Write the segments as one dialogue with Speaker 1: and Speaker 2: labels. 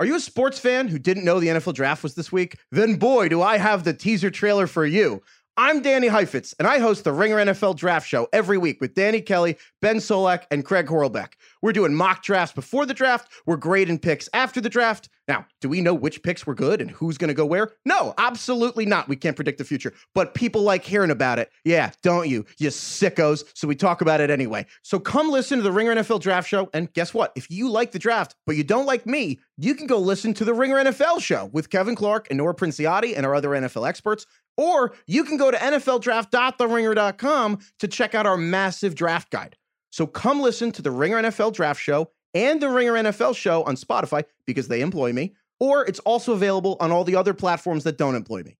Speaker 1: Are you a sports fan who didn't know the NFL draft was this week? Then boy, do I have the teaser trailer for you. I'm Danny Heifetz, and I host the Ringer NFL Draft Show every week with Danny Kelly, Ben Solak, and Craig Horlbeck. We're doing mock drafts before the draft, we're grading picks after the draft. Now, do we know which picks were good and who's going to go where? No, absolutely not. We can't predict the future, but people like hearing about it. Yeah, don't you? You sickos. So we talk about it anyway. So come listen to the Ringer NFL Draft Show. And guess what? If you like the draft, but you don't like me, you can go listen to the Ringer NFL Show with Kevin Clark and Nora Princiati and our other NFL experts. Or you can go to NFLdraft.theringer.com to check out our massive draft guide. So come listen to the Ringer NFL Draft Show and the Ringer NFL Show on Spotify because they employ me, or it's also available on all the other platforms that don't employ me.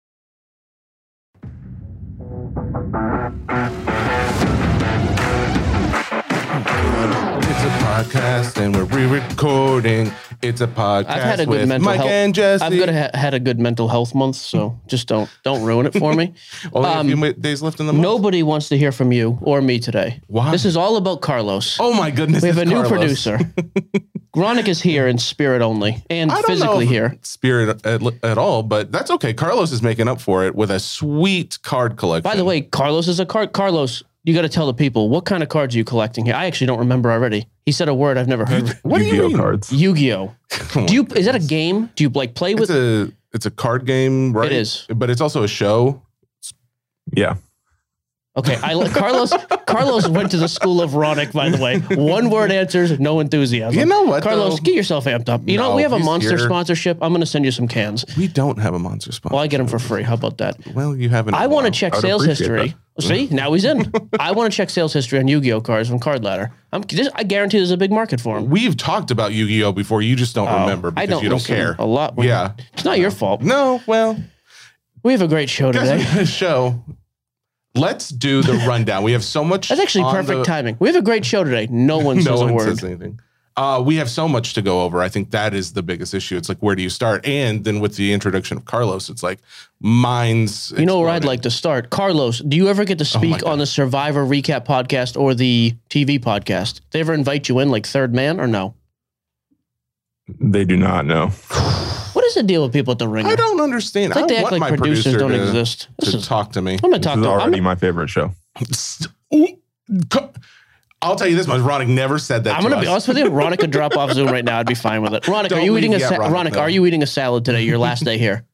Speaker 2: It's a podcast and we're re-recording. It's a podcast
Speaker 3: I've had a good
Speaker 2: with
Speaker 3: mental
Speaker 2: Mike
Speaker 3: health.
Speaker 2: and Jesse.
Speaker 3: I've got a, had a good mental health month, so just don't don't ruin it for me.
Speaker 2: Only a few
Speaker 3: um,
Speaker 2: mi- days left in the month.
Speaker 3: Nobody wants to hear from you or me today.
Speaker 2: Why?
Speaker 3: This is all about Carlos.
Speaker 2: Oh my goodness!
Speaker 3: we have a
Speaker 2: it's
Speaker 3: new
Speaker 2: Carlos.
Speaker 3: producer. Gronick is here in spirit only and
Speaker 2: I don't know
Speaker 3: physically
Speaker 2: if
Speaker 3: here.
Speaker 2: Spirit at, at all, but that's okay. Carlos is making up for it with a sweet card collection.
Speaker 3: By the way, Carlos is a card. Carlos, you got to tell the people what kind of cards are you collecting here. I actually don't remember already. He said a word I've never heard.
Speaker 2: what do you
Speaker 4: Yu-Gi-Oh
Speaker 2: mean?
Speaker 4: cards.
Speaker 3: Yu-Gi-Oh.
Speaker 2: Come on.
Speaker 3: Do you is that a game? Do you like play
Speaker 2: It's
Speaker 3: with?
Speaker 2: a it's a card game, right?
Speaker 3: is.
Speaker 2: but it's also a show.
Speaker 4: Yeah.
Speaker 3: Okay, I li- Carlos. Carlos went to the school of Ronick. By the way, one word answers, no enthusiasm.
Speaker 2: You know what,
Speaker 3: Carlos?
Speaker 2: though?
Speaker 3: Get yourself amped up. You know
Speaker 2: No,
Speaker 3: we have a
Speaker 2: he's
Speaker 3: monster
Speaker 2: here.
Speaker 3: sponsorship. I'm going to send you some cans.
Speaker 2: We don't have a monster spot.
Speaker 3: Well, I get them for free. How about that?
Speaker 2: Well, you haven't. in
Speaker 3: I
Speaker 2: a
Speaker 3: want to
Speaker 2: while.
Speaker 3: check
Speaker 4: I would
Speaker 3: sales
Speaker 4: appreciate
Speaker 3: history. Oh, See, now he's in. I want to check sales history on Yu-Gi-Oh cards from Card Ladder. I'm, this, I guarantee there's a big market for them.
Speaker 2: We've talked about Yu-Gi-Oh before. You just don't remember because you don't
Speaker 3: Oh, listen Oh.
Speaker 2: care.
Speaker 3: a lot. when-
Speaker 2: Yeah.
Speaker 3: it's not your fault.
Speaker 2: No. Well,
Speaker 3: We have a great show
Speaker 2: guys, we
Speaker 3: today.
Speaker 2: got a show. Let's do the rundown. We have so much.
Speaker 3: That's actually
Speaker 2: on
Speaker 3: perfect
Speaker 2: the-
Speaker 3: timing. We have a great show today. No one
Speaker 2: No
Speaker 3: says a
Speaker 2: one
Speaker 3: word.
Speaker 2: says anything. Uh, we have so much to go over. I think that is the biggest issue. It's like where do you start? And then with the introduction of Carlos, it's like minds.
Speaker 3: You know where I'd like to start, Carlos. Do you ever get to speak
Speaker 2: Oh God.
Speaker 3: on the Survivor recap podcast or the TV podcast? They ever invite you in like third man or no?
Speaker 4: They do not know.
Speaker 3: What is the deal with people at the ringer?
Speaker 2: I don't understand.
Speaker 3: It's like
Speaker 2: I
Speaker 3: they
Speaker 2: don't
Speaker 3: act
Speaker 2: want
Speaker 3: like
Speaker 2: my
Speaker 3: producers
Speaker 2: producer
Speaker 3: don't
Speaker 2: to,
Speaker 3: exist. This
Speaker 2: to
Speaker 3: is,
Speaker 2: talk to me.
Speaker 3: I'm gonna
Speaker 4: This
Speaker 3: talk
Speaker 4: is
Speaker 3: to. I'm,
Speaker 4: already my favorite show.
Speaker 2: Ooh, co- I'll tell you this much. Ronick never said that.
Speaker 3: I'm
Speaker 2: to
Speaker 3: gonna be
Speaker 2: us.
Speaker 3: honest with you. Ronick could drop off Zoom right now. I'd be fine with it. Ronick,
Speaker 2: Don't
Speaker 3: are you eating a
Speaker 2: leave yet,
Speaker 3: sa-
Speaker 2: Ronick,
Speaker 3: Ronick?
Speaker 2: though.
Speaker 3: Are you eating a salad today? Your last day here.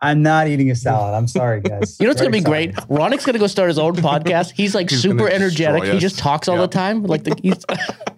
Speaker 5: I'm not eating a salad. I'm sorry, guys.
Speaker 3: You know it's gonna
Speaker 5: Very
Speaker 3: be
Speaker 5: sorry.
Speaker 3: great. Ronick's gonna go start his own podcast. He's like
Speaker 2: He's
Speaker 3: super
Speaker 2: gonna
Speaker 3: energetic.
Speaker 2: destroy
Speaker 3: He just
Speaker 2: us.
Speaker 3: talks all
Speaker 2: Yeah.
Speaker 3: the time. Like the, he's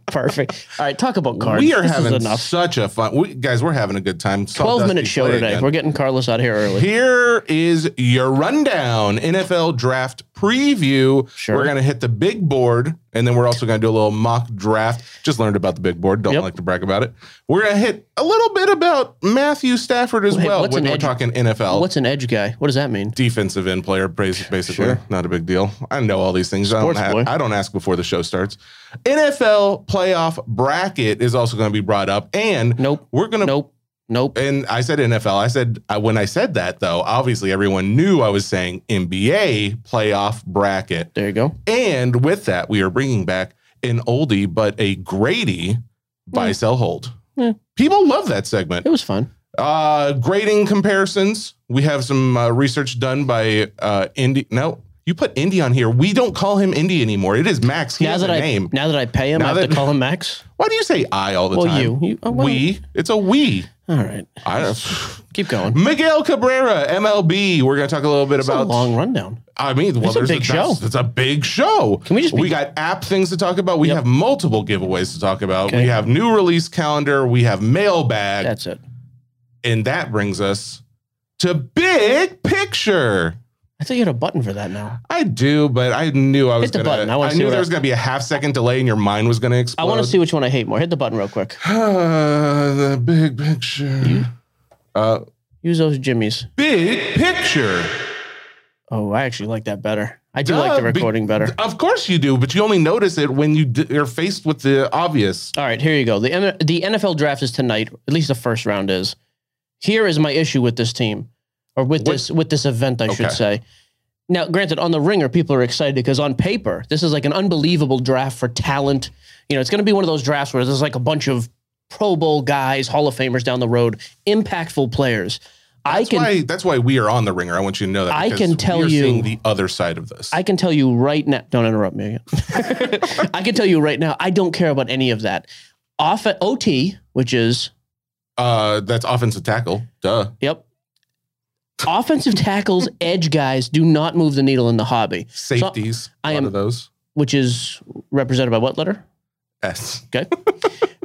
Speaker 3: perfect. All right, talk about cards.
Speaker 2: We are
Speaker 3: This is
Speaker 2: having
Speaker 3: enough.
Speaker 2: such a fun. We, guys, we're having a good time. Saw
Speaker 3: 12
Speaker 2: Dusty
Speaker 3: minute show
Speaker 2: play
Speaker 3: today.
Speaker 2: again.
Speaker 3: We're getting Carlos out here early.
Speaker 2: Here is your rundown NFL draft preview.
Speaker 3: Sure.
Speaker 2: We're going to hit the big board and then we're also going to do a little mock draft. Just learned about the big board. Don't
Speaker 3: Yep.
Speaker 2: like to brag about it. We're going to hit a little bit about Matthew Stafford as
Speaker 3: Hey,
Speaker 2: well
Speaker 3: what's
Speaker 2: when
Speaker 3: an
Speaker 2: we're
Speaker 3: edge-
Speaker 2: talking NFL.
Speaker 3: What's an edge guy? What does that mean?
Speaker 2: defensive end player, bas- basically.
Speaker 3: Sure.
Speaker 2: Not a big deal. I know all these things. I don't,
Speaker 3: Sports
Speaker 2: ha-
Speaker 3: boy.
Speaker 2: I don't ask before the show starts. NFL playoff bracket is also going to be brought up. And
Speaker 3: Nope.
Speaker 2: we're going to
Speaker 3: Nope. Nope.
Speaker 2: and I said NFL. I said I, when I said that though, obviously everyone knew I was saying NBA playoff bracket.
Speaker 3: There you go.
Speaker 2: And with that, we are bringing back an oldie but a greaty buy sell hold.
Speaker 3: Yeah.
Speaker 2: People love that segment.
Speaker 3: It was fun.
Speaker 2: Uh, grading comparisons. We have some uh, research done by uh, Indy. No, you put Indy on here. We don't call him Indy anymore. It is Max. He
Speaker 3: now
Speaker 2: has
Speaker 3: that
Speaker 2: a
Speaker 3: I
Speaker 2: name.
Speaker 3: now that I pay him,
Speaker 2: Now
Speaker 3: I have
Speaker 2: that-
Speaker 3: to call him Max.
Speaker 2: Why do you say I all the
Speaker 3: Well,
Speaker 2: time?
Speaker 3: you. You- oh, well.
Speaker 2: we. It's a we.
Speaker 3: All right.
Speaker 2: I don't.
Speaker 3: Keep going.
Speaker 2: Miguel Cabrera, MLB. We're going to talk a little bit
Speaker 3: It's a
Speaker 2: about.
Speaker 3: long rundown.
Speaker 2: I mean, well,
Speaker 3: It's a
Speaker 2: there's
Speaker 3: big
Speaker 2: that's-
Speaker 3: show.
Speaker 2: It's a big show.
Speaker 3: Can we just be-
Speaker 2: We got app things to talk about. We
Speaker 3: Yep.
Speaker 2: have multiple giveaways to talk about.
Speaker 3: Okay.
Speaker 2: We have new release calendar. We have mailbag,
Speaker 3: That's it.
Speaker 2: and that brings us to big picture.
Speaker 3: I thought you had a button for that now.
Speaker 2: I do, but I knew I was
Speaker 3: Hit the
Speaker 2: gonna.
Speaker 3: button. I
Speaker 2: I,
Speaker 3: wanna see
Speaker 2: knew
Speaker 3: what
Speaker 2: there
Speaker 3: I-
Speaker 2: was gonna be a half second delay, and your mind was gonna explode.
Speaker 3: I want to see which one I hate more. Hit the button real quick.
Speaker 2: the big picture. Uh,
Speaker 3: Use those jimmies.
Speaker 2: big picture.
Speaker 3: Oh, I actually like that better. I do
Speaker 2: Duh,
Speaker 3: like the
Speaker 2: Uh, be-
Speaker 3: recording better.
Speaker 2: Of course you do, but you only notice it when you d- are faced with the obvious.
Speaker 3: All right, here you go. The M- the NFL draft is tonight. At least the first round is. Here is my issue with this team, or with
Speaker 2: What-
Speaker 3: this with this event, I should
Speaker 2: Okay.
Speaker 3: say. Now, granted, on the Ringer, people are excited because on paper, this is like an unbelievable draft for talent. You know, it's going to be one of those drafts where there's like a bunch of Pro Bowl guys, Hall of Famers down the road, impactful players. I
Speaker 2: That's
Speaker 3: can
Speaker 2: why that's why we are on the ringer. I want you to know that.
Speaker 3: I
Speaker 2: because
Speaker 3: can tell
Speaker 2: we are
Speaker 3: you-
Speaker 2: seeing the other side of this.
Speaker 3: I can tell you right now. Don't interrupt me again. I can tell you right now. I don't care about any of that. Off at OT, which is
Speaker 2: uh, that's offensive tackle. Duh.
Speaker 3: yep. Offensive tackles, edge guys do not move the needle in the hobby,
Speaker 2: Safeties.
Speaker 3: I
Speaker 2: a lot
Speaker 3: am-
Speaker 2: of those.
Speaker 3: which is represented by what letter?
Speaker 2: S.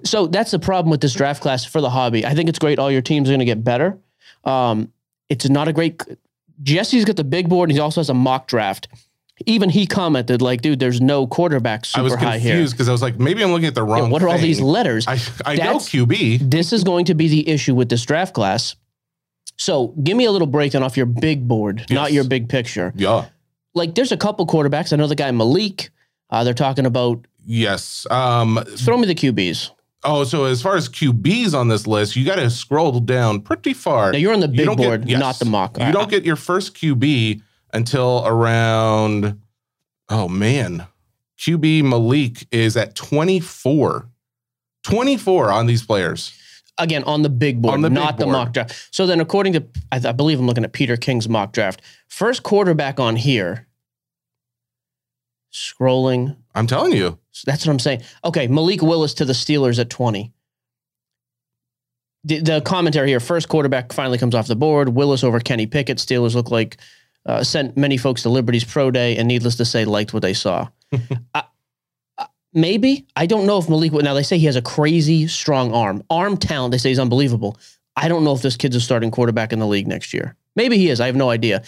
Speaker 3: So that's the problem with this draft class for the hobby. I think it's great. All your teams are going to get better. Um, it's not a great. Jesse's got the big board. and He also has a mock draft. Even he commented, like, dude, there's no quarterback super
Speaker 2: I was
Speaker 3: high here.
Speaker 2: confused because I was like, maybe I'm looking at the wrong.
Speaker 3: Yeah, what are all
Speaker 2: thing.
Speaker 3: these letters?
Speaker 2: I I know
Speaker 3: That's-
Speaker 2: QB.
Speaker 3: this is going to be the issue with this draft class. So give me a little breakdown off your big board, not
Speaker 2: Yes.
Speaker 3: your big picture.
Speaker 2: Yeah.
Speaker 3: Like there's a couple quarterbacks. I know the guy Malik. Uh, they're talking about
Speaker 2: Yes. Um.
Speaker 3: throw me the QBs.
Speaker 2: Oh, so as far as QBs on this list, you got to scroll down pretty far.
Speaker 3: Now you're on the
Speaker 2: You
Speaker 3: big
Speaker 2: don't get-
Speaker 3: board,
Speaker 2: yes.
Speaker 3: not the mock. Uh,
Speaker 2: You don't get your first QB until around, oh man, QB Malik is at 24. 24 on these players.
Speaker 3: again on the big board,
Speaker 2: On the big
Speaker 3: not the
Speaker 2: board.
Speaker 3: mock draft. So then, according to I, th- I believe I'm looking at Peter King's mock draft, first quarterback on here. Scrolling,
Speaker 2: I'm telling you.
Speaker 3: So that's what I'm saying. Okay, Malik Willis to the Steelers at 20. The, the commentary here: first quarterback finally comes off the board. Willis over Kenny Pickett. Steelers look like uh, sent many folks to Liberty's pro day, and needless to say, liked what they saw. I, I- maybe I don't know if Malik. Now they say he has a crazy strong arm, arm talent. They say he's unbelievable. I don't know if this kid's a starting quarterback in the league next year. Maybe he is. I have no idea.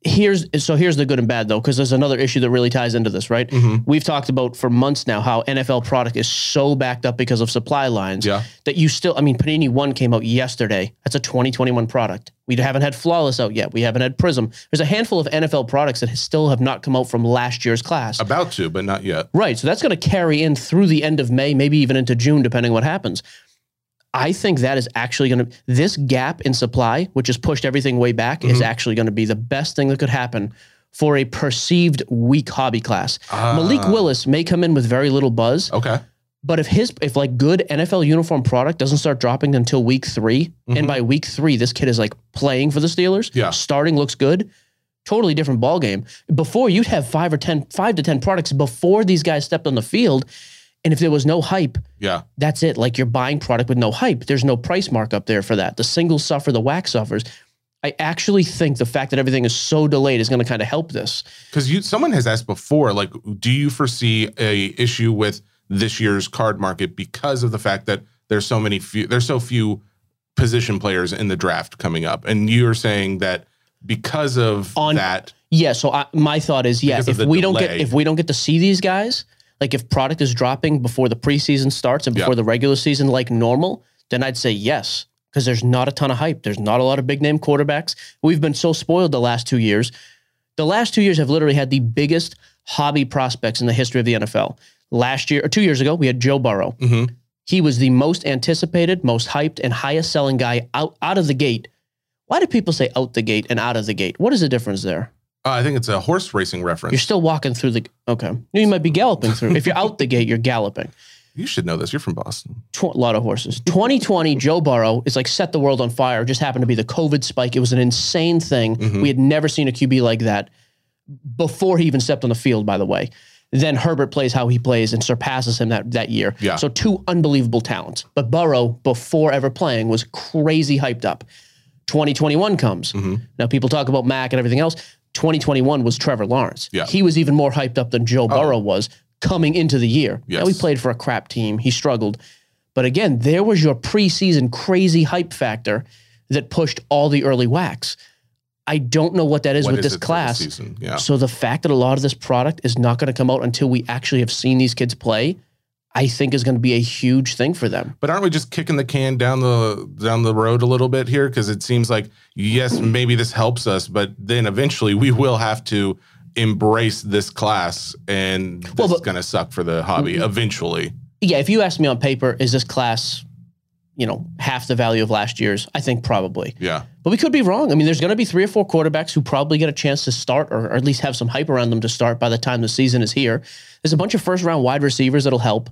Speaker 3: Here's so here's the good and bad though, because there's another issue that really ties into this, right?
Speaker 2: Mhm.
Speaker 3: we've talked about for months now how NFL product is so backed up because of supply lines
Speaker 2: Yeah.
Speaker 3: that you still, I mean, Panini One came out yesterday. That's a 2021 product. We haven't had Flawless out yet. We haven't had Prism. There's a handful of NFL products that still have not come out from last year's class.
Speaker 2: About to, but not yet.
Speaker 3: Right. So that's going to carry in through the end of May, maybe even into June, depending on what happens. I think that is actually going to, this gap in supply, which has pushed everything way back, is actually going to be the best thing that could happen for a perceived weak hobby class. Malik
Speaker 2: Ah.
Speaker 3: Willis may come in with very little buzz,
Speaker 2: Okay.
Speaker 3: but if his, if like good NFL uniform product doesn't start dropping until week 3 and
Speaker 2: Mhm.
Speaker 3: by week three, this kid is like playing for the Steelers,
Speaker 2: Yeah.
Speaker 3: starting looks good. Totally different ball game. Before you'd have five or ten, five to ten products before these guys stepped on the field, and if there was no hype,
Speaker 2: Yeah.
Speaker 3: that's it. Like you're buying product with no hype. There's no price markup there for that. The singles suffer, the wax suffers. I actually think the fact that everything is so delayed is going to kind of help this.
Speaker 2: Because you someone has asked before, like, do you foresee a issue with this year's card market because of the fact that there's so many few there's so few position players in the draft coming up? And you're saying that because of
Speaker 3: On-
Speaker 2: that,
Speaker 3: Yeah. So I, my thought is, yeah,
Speaker 2: Because of
Speaker 3: if
Speaker 2: the
Speaker 3: we don't get
Speaker 2: delay.
Speaker 3: if we don't get to see these guys, like if product is dropping before the preseason starts and
Speaker 2: Yeah.
Speaker 3: before the regular season, like normal, then I'd say yes because there's not a ton of hype. There's not a lot of big name quarterbacks. We've been so spoiled the last two years. The last two years have literally had the biggest hobby prospects in the history of the NFL. Last year or two years ago, we had Joe Burrow.
Speaker 2: Mhm.
Speaker 3: He was the most anticipated, most hyped, and highest selling guy out, out of the gate. Why do people say out the gate and out of the gate? What is the difference there?
Speaker 2: uh, I think it's a horse racing reference.
Speaker 3: You're still walking through the. Okay. You might be galloping through. If you're out the gate, you're galloping.
Speaker 2: You should know this. You're from Boston.
Speaker 3: Tw- A lot of horses. 2020, Joe Burrow is like set the world on fire. It just happened to be the COVID spike. It was an insane thing.
Speaker 2: Mhm.
Speaker 3: We had never seen a QB like that before he even stepped on the field, by the way. Then Herbert plays how he plays and surpasses him that, that year.
Speaker 2: Yeah.
Speaker 3: So, two unbelievable talents. But Burrow, before ever playing, was crazy hyped up. 2021 comes.
Speaker 2: Mm-hmm.
Speaker 3: Now, people talk about Mac and everything else. 2021 was Trevor Lawrence.
Speaker 2: Yeah. Oh.
Speaker 3: He was even more hyped up than Joe Burrow was coming into the year. Now, he
Speaker 2: Yes.
Speaker 3: played for a crap team. He struggled. But again, there was your preseason crazy hype factor that pushed all the early wax. I don't know what that is
Speaker 2: What
Speaker 3: with
Speaker 2: is
Speaker 3: this
Speaker 2: it for the
Speaker 3: class.
Speaker 2: season? Yeah.
Speaker 3: So the fact that a lot of this product is not going to come out until we actually have seen these kids play, I think is going to be a huge thing for them.
Speaker 2: But aren't we just kicking the can down the down the road a little bit here? Because it seems like yes, maybe this helps us, but then eventually we will have to embrace this class, and this
Speaker 3: Well,
Speaker 2: is
Speaker 3: but- Mm-hmm.
Speaker 2: going to suck for the hobby eventually.
Speaker 3: Yeah, if you ask me on paper, is this class, you know, half the value of last year's? I think probably.
Speaker 2: Yeah,
Speaker 3: But we could be wrong. I mean, there's going to be three or four quarterbacks who probably get a chance to start or, or at least have some hype around them to start by the time the season is here. There's a bunch of first round wide receivers that'll help.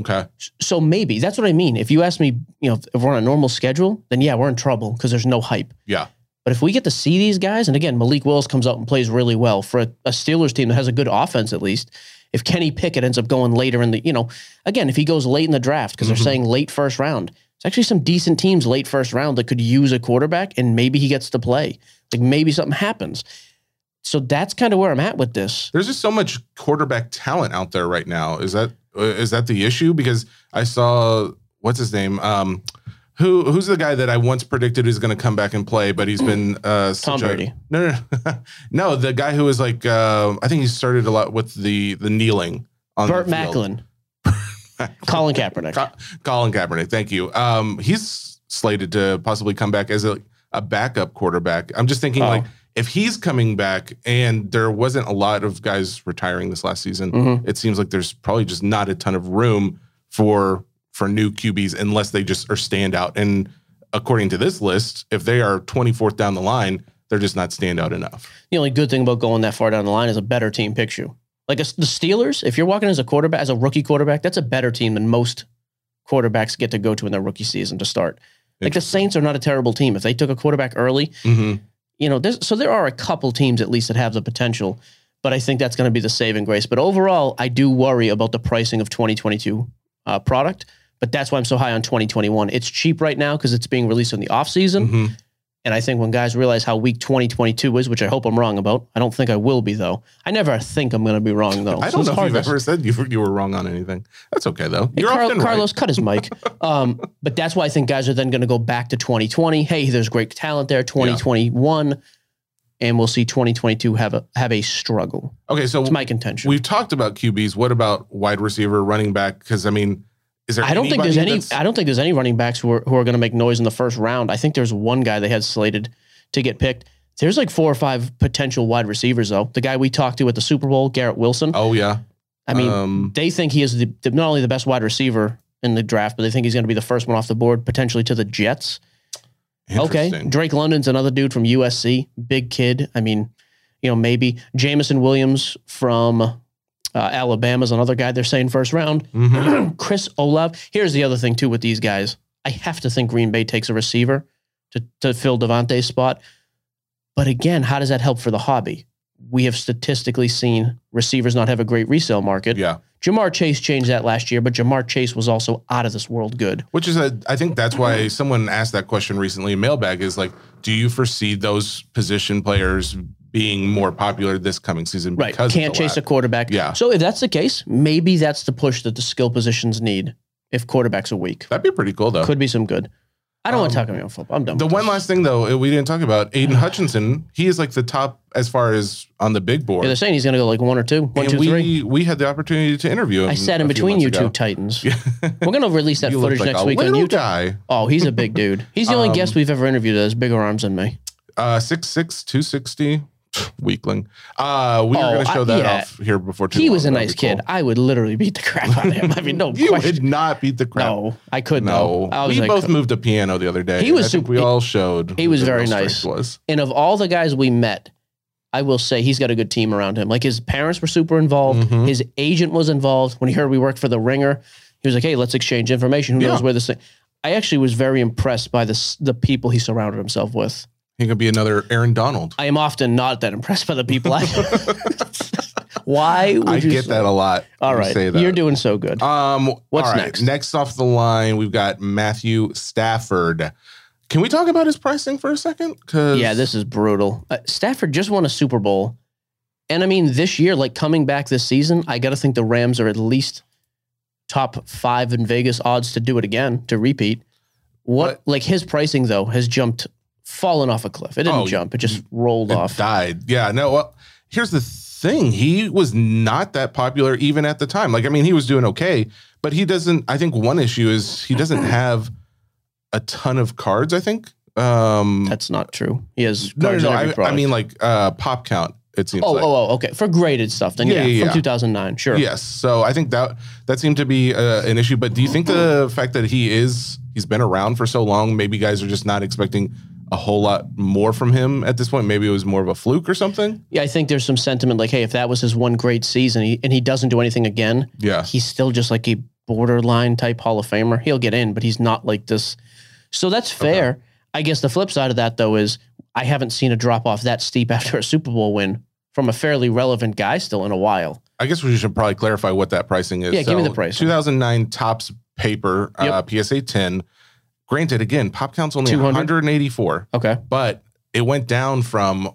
Speaker 2: Okay.
Speaker 3: So maybe that's what I mean. If you ask me, you know, if we're on a normal schedule, then yeah, we're in trouble because there's no hype.
Speaker 2: Yeah.
Speaker 3: But if we get to see these guys, and again, Malik Willis comes out and plays really well for a, a Steelers team that has a good offense at least. If Kenny Pickett ends up going later in the, you know, again, if he goes late in the draft, because
Speaker 2: Mhm.
Speaker 3: they're saying late first round, it's actually some decent teams late first round that could use a quarterback and maybe he gets to play. Like maybe something happens. So that's kind of where I'm at with this.
Speaker 2: There's just so much quarterback talent out there right now. Is that uh, is that the issue? Because I saw what's his name? Um who who's the guy that I once predicted is going to come back and play, but he's been uh
Speaker 3: Tom
Speaker 2: such a-
Speaker 3: Brady.
Speaker 2: No, no, no. no, the guy who was like uh, I think he started a lot with the the kneeling on
Speaker 3: Burt
Speaker 2: the field.
Speaker 3: Macklin, Colin Kaepernick.
Speaker 2: Co- Colin Kaepernick. Thank you. Um, he's slated to possibly come back as a, a backup quarterback. I'm just thinking
Speaker 3: Oh.
Speaker 2: like if he's coming back and there wasn't a lot of guys retiring this last season,
Speaker 3: Mhm.
Speaker 2: it seems like there's probably just not a ton of room for for new QBs unless they just are standout. And according to this list, if they are 24th down the line, they're just not standout enough.
Speaker 3: The only good thing about going that far down the line is a better team picks you. Like a, the Steelers, if you're walking as a quarterback, as a rookie quarterback, that's a better team than most quarterbacks get to go to in their rookie season to start. Like the
Speaker 2: Interesting.
Speaker 3: Saints are not a terrible team. If they took a quarterback early,
Speaker 2: Mhm.
Speaker 3: you know, there's, so there are a couple teams at least that have the potential, but I think that's going to be the saving grace. But overall, I do worry about the pricing of 2022 uh, product, but that's why I'm so high on 2021. It's cheap right now because it's being released in the off season.
Speaker 2: Mhm.
Speaker 3: And I think when guys realize how weak 2022 is, which I hope I'm wrong about, I don't think I will be though. I never think I'm going to be wrong though.
Speaker 2: I
Speaker 3: So
Speaker 2: don't
Speaker 3: it's
Speaker 2: know if
Speaker 3: Oh, hard
Speaker 2: you've
Speaker 3: to-
Speaker 2: ever said you, you were wrong on anything. That's okay though.
Speaker 3: Hey,
Speaker 2: You're
Speaker 3: Carl-
Speaker 2: often right.
Speaker 3: Carlos cut his mic. Um, but that's why I think guys are then going to go back to 2020. Hey, there's great talent there. 2021, and we'll see 2022 have a have a struggle.
Speaker 2: Okay, so
Speaker 3: It's my contention.
Speaker 2: We've talked about QBs. What about wide receiver, running back? Because I mean, is there?
Speaker 3: I don't think
Speaker 2: anybody
Speaker 3: there's any.
Speaker 2: that's-
Speaker 3: I don't think there's any running backs who are, who are going to make noise in the first round. I think there's one guy they had slated to get picked. There's like four or five potential wide receivers though. The guy we talked to at the Super Bowl, Garrett Wilson.
Speaker 2: oh yeah,
Speaker 3: I mean,
Speaker 2: um,
Speaker 3: they think he is the, the, not only the best wide receiver in the draft, but they think he's going to be the first one off the board, potentially to the Jets. Okay.
Speaker 2: interesting.
Speaker 3: Drake London's another dude from USC. Big kid. I mean, you know, maybe Jamison Williams from uh, Alabama's another guy they're saying first round.
Speaker 2: Mhm.
Speaker 3: Chris Olav. Here's the other thing, too, with these guys. I have to think Green Bay takes a receiver to, to fill Devontae's spot. But again, how does that help for the hobby? We have statistically seen receivers not have a great resale market.
Speaker 2: Yeah,
Speaker 3: Jamar Chase changed that last year, but Jamar Chase was also out of this world good.
Speaker 2: which is a. I think that's why someone asked that question recently in mailbag. Is like, do you foresee those position players being more popular this coming season?
Speaker 3: Right.
Speaker 2: Because of
Speaker 3: Can't
Speaker 2: the
Speaker 3: chase a
Speaker 2: lack?
Speaker 3: quarterback.
Speaker 2: Yeah.
Speaker 3: So if that's the case, maybe that's the push that the skill positions need if quarterbacks are weak.
Speaker 2: That'd be pretty cool though.
Speaker 3: Could be some good. I don't want to
Speaker 2: Um,
Speaker 3: talk about football. I'm done.
Speaker 2: the
Speaker 3: with
Speaker 2: one
Speaker 3: this.
Speaker 2: last thing though we didn't talk about Aiden
Speaker 3: Uh-huh.
Speaker 2: Hutchinson. He is like the top as far as on the big board.
Speaker 3: Yeah, they're saying he's going to go like one or two, one,
Speaker 2: and
Speaker 3: two,
Speaker 2: we
Speaker 3: three.
Speaker 2: we had the opportunity to interview him.
Speaker 3: I sat in
Speaker 2: a few
Speaker 3: between
Speaker 2: months
Speaker 3: you two
Speaker 2: ago.
Speaker 3: titans.
Speaker 2: Yeah.
Speaker 3: We're going to release that
Speaker 2: You look
Speaker 3: footage
Speaker 2: like
Speaker 3: next
Speaker 2: a
Speaker 3: week on
Speaker 2: little
Speaker 3: YouTube.
Speaker 2: guy.
Speaker 3: Oh, he's a big dude. He's the only
Speaker 2: Um,
Speaker 3: guest we've ever interviewed that has bigger arms than me.
Speaker 2: Uh, 6'6", 260. Weakling. Uh, we
Speaker 3: Oh,
Speaker 2: were going to
Speaker 3: I-
Speaker 2: show that
Speaker 3: yeah.
Speaker 2: off here before too
Speaker 3: He
Speaker 2: long.
Speaker 3: was a
Speaker 2: That'd
Speaker 3: nice
Speaker 2: be cool.
Speaker 3: kid. I would literally beat the crap out of him. I mean, no
Speaker 2: You
Speaker 3: question.
Speaker 2: would not beat the crap.
Speaker 3: No, I could
Speaker 2: No.
Speaker 3: no. I was
Speaker 2: we
Speaker 3: like, uh,
Speaker 2: both moved a piano the other day.
Speaker 3: He was
Speaker 2: and I think
Speaker 3: sup-
Speaker 2: we
Speaker 3: he-
Speaker 2: all showed.
Speaker 3: he was
Speaker 2: who the
Speaker 3: very
Speaker 2: real
Speaker 3: nice.
Speaker 2: strength Was.
Speaker 3: and of all the guys we met, I will say he's got a good team around him. Like his parents were super involved.
Speaker 2: Mhm.
Speaker 3: His agent was involved. When he heard we worked for the Ringer, he was like, "Hey, let's exchange information. Who knows
Speaker 2: Yeah.
Speaker 3: where this thing?" I actually was very impressed by this the people he surrounded himself with.
Speaker 2: He could be another Aaron Donald.
Speaker 3: I am often not that impressed by the people. I, why would
Speaker 2: I
Speaker 3: you
Speaker 2: get
Speaker 3: say-
Speaker 2: that a lot.
Speaker 3: All
Speaker 2: when you
Speaker 3: right,
Speaker 2: Say that.
Speaker 3: you're doing so good.
Speaker 2: um,
Speaker 3: What's
Speaker 2: all right.
Speaker 3: next?
Speaker 2: Next off the line, we've got Matthew Stafford. Can we talk about his pricing for a second? Cause
Speaker 3: Yeah, this is brutal. Uh, Stafford just won a Super Bowl. And I mean, this year, like coming back this season, I got to think the Rams are at least top five in Vegas odds to do it again, to repeat. What, like his pricing, though, has jumped, fallen off a cliff. It didn't
Speaker 2: Oh,
Speaker 3: jump, it just rolled
Speaker 2: It
Speaker 3: off.
Speaker 2: died. Yeah. No. Well, here's the thing. He was not that popular even at the time. Like, I mean, he was doing okay, but he doesn't. I think one issue is he doesn't have a ton of cards. I think. Um,
Speaker 3: That's not true. He has
Speaker 2: no, no,
Speaker 3: cards
Speaker 2: no.
Speaker 3: in every
Speaker 2: I, I
Speaker 3: product.
Speaker 2: mean, like uh, pop count. It seems.
Speaker 3: oh,
Speaker 2: like.
Speaker 3: oh, oh, okay. For graded stuff, then
Speaker 2: Yeah,
Speaker 3: yeah,
Speaker 2: yeah, yeah.
Speaker 3: from 2009, sure.
Speaker 2: Yes. So I think that that seemed to be uh, an issue. But do you think the fact that he is he's been around for so long, maybe guys are just not expecting a whole lot more from him at this point? Maybe it was more of a fluke or something.
Speaker 3: Yeah, I think there's some sentiment like, hey, if that was his one great season he, and he doesn't do anything again,
Speaker 2: Yeah.
Speaker 3: he's still just like a borderline type Hall of Famer. He'll get in, but he's not like this. So that's fair. I guess the flip side of that though is I haven't seen a drop off that steep after a Super Bowl win from a fairly relevant guy still in a while.
Speaker 2: I guess we should probably clarify what that pricing is.
Speaker 3: Yeah, give me the price.
Speaker 2: 2009 tops paper, uh, PSA 10. Granted, again, pop count's only
Speaker 3: 200?
Speaker 2: 184,
Speaker 3: Okay.
Speaker 2: but it went down from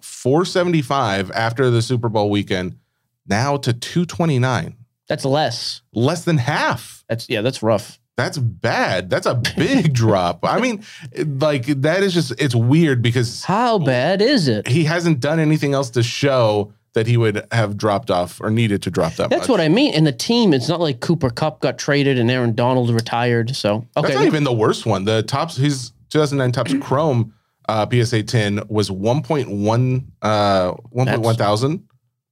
Speaker 2: 475 after the Super Bowl weekend now to 229,
Speaker 3: That's less.
Speaker 2: less than half.
Speaker 3: That's yeah, that's rough.
Speaker 2: That's bad. That's a big drop. I mean, like that is just it's weird because
Speaker 3: How bad is it?
Speaker 2: he hasn't done anything else to show that he would have dropped off or needed to drop that
Speaker 3: That's
Speaker 2: much.
Speaker 3: what I mean. And the team, it's not like Cooper Cup got traded and Aaron Donald retired. So okay. Mm.
Speaker 2: That's not even the worst one. The tops his 2009 tops Chrome uh, PSA 10 was 1.1 uh 1.1
Speaker 3: That's
Speaker 2: thousand.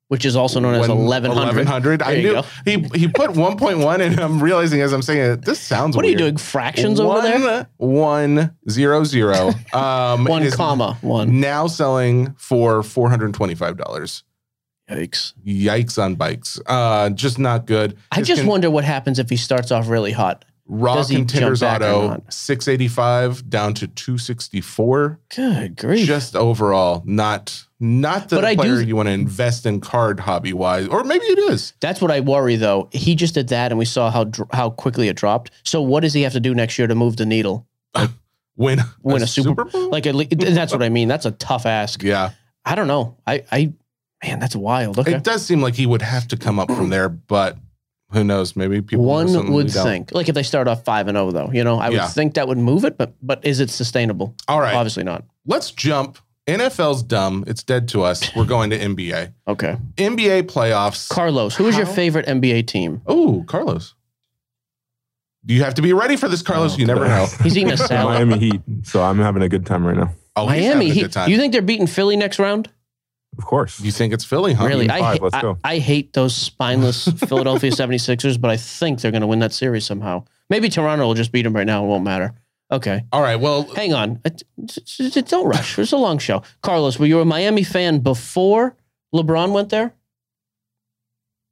Speaker 3: which is also known as
Speaker 2: One-
Speaker 3: eleven hundred.
Speaker 2: 1100. I
Speaker 3: There you
Speaker 2: knew
Speaker 3: go.
Speaker 2: he he put 1.1 and I'm realizing as I'm saying it this sounds
Speaker 3: What are you
Speaker 2: weird.
Speaker 3: doing? Fractions over there?
Speaker 2: One zero zero. Um,
Speaker 3: One
Speaker 2: is
Speaker 3: comma one.
Speaker 2: Now selling for four hundred twenty five dollars.
Speaker 3: Yikes!
Speaker 2: Yikes on bikes. Uh, just not good.
Speaker 3: I
Speaker 2: His
Speaker 3: just
Speaker 2: con-
Speaker 3: wonder what happens if he starts off really hot.
Speaker 2: raw
Speaker 3: does he jump
Speaker 2: contenders
Speaker 3: back or
Speaker 2: auto
Speaker 3: not?
Speaker 2: six eighty five down to two sixty four.
Speaker 3: Good grief!
Speaker 2: Just overall, not not the
Speaker 3: But I do-
Speaker 2: player you want to invest in card hobby wise, or maybe it is.
Speaker 3: That's what I worry though. He just did that, and we saw how dr- how quickly it dropped. So what does he have to do next year to move the needle?
Speaker 2: Win
Speaker 3: Win a Super-
Speaker 2: Bowl.
Speaker 3: Like at le- that's what I mean. That's a tough ask.
Speaker 2: yeah,
Speaker 3: I don't know. I I man, that's wild. Okay.
Speaker 2: it does seem like he would have to come up from there, but who knows? Maybe people listen,
Speaker 3: One
Speaker 2: we
Speaker 3: would
Speaker 2: don't.
Speaker 3: think, like if they start off five and zero, though, you know, I would
Speaker 2: Yeah.
Speaker 3: think that would move it, but but is it sustainable?
Speaker 2: All right,
Speaker 3: Obviously not.
Speaker 2: let's jump. NFL's dumb. It's dead to us. We're going to NBA.
Speaker 3: Okay,
Speaker 2: NBA playoffs.
Speaker 3: Carlos, who is your
Speaker 2: How-
Speaker 3: favorite NBA team?
Speaker 2: oh, Carlos. You have to be ready for this, Carlos.
Speaker 3: Oh.
Speaker 2: you never know.
Speaker 3: He's eating a salad.
Speaker 4: Miami Heat. So I'm having a good time right now.
Speaker 2: Oh, he's having
Speaker 3: Miami.
Speaker 2: a
Speaker 3: He,
Speaker 2: good time.
Speaker 3: you think they're beating Philly next round?
Speaker 4: Of course.
Speaker 2: You think it's Philly, huh?
Speaker 3: really?
Speaker 4: in
Speaker 3: I,
Speaker 4: five,
Speaker 3: hate-
Speaker 4: let's
Speaker 3: I,
Speaker 4: go.
Speaker 3: I hate those spineless Philadelphia 76ers, but I think they're going to win that series somehow. Maybe Toronto will just beat them right now. It won't matter. Okay.
Speaker 2: All right. Well,
Speaker 3: Hang on. Uh, t- t- t- Don't rush. It's a long show. Carlos, were you a Miami fan before LeBron went there?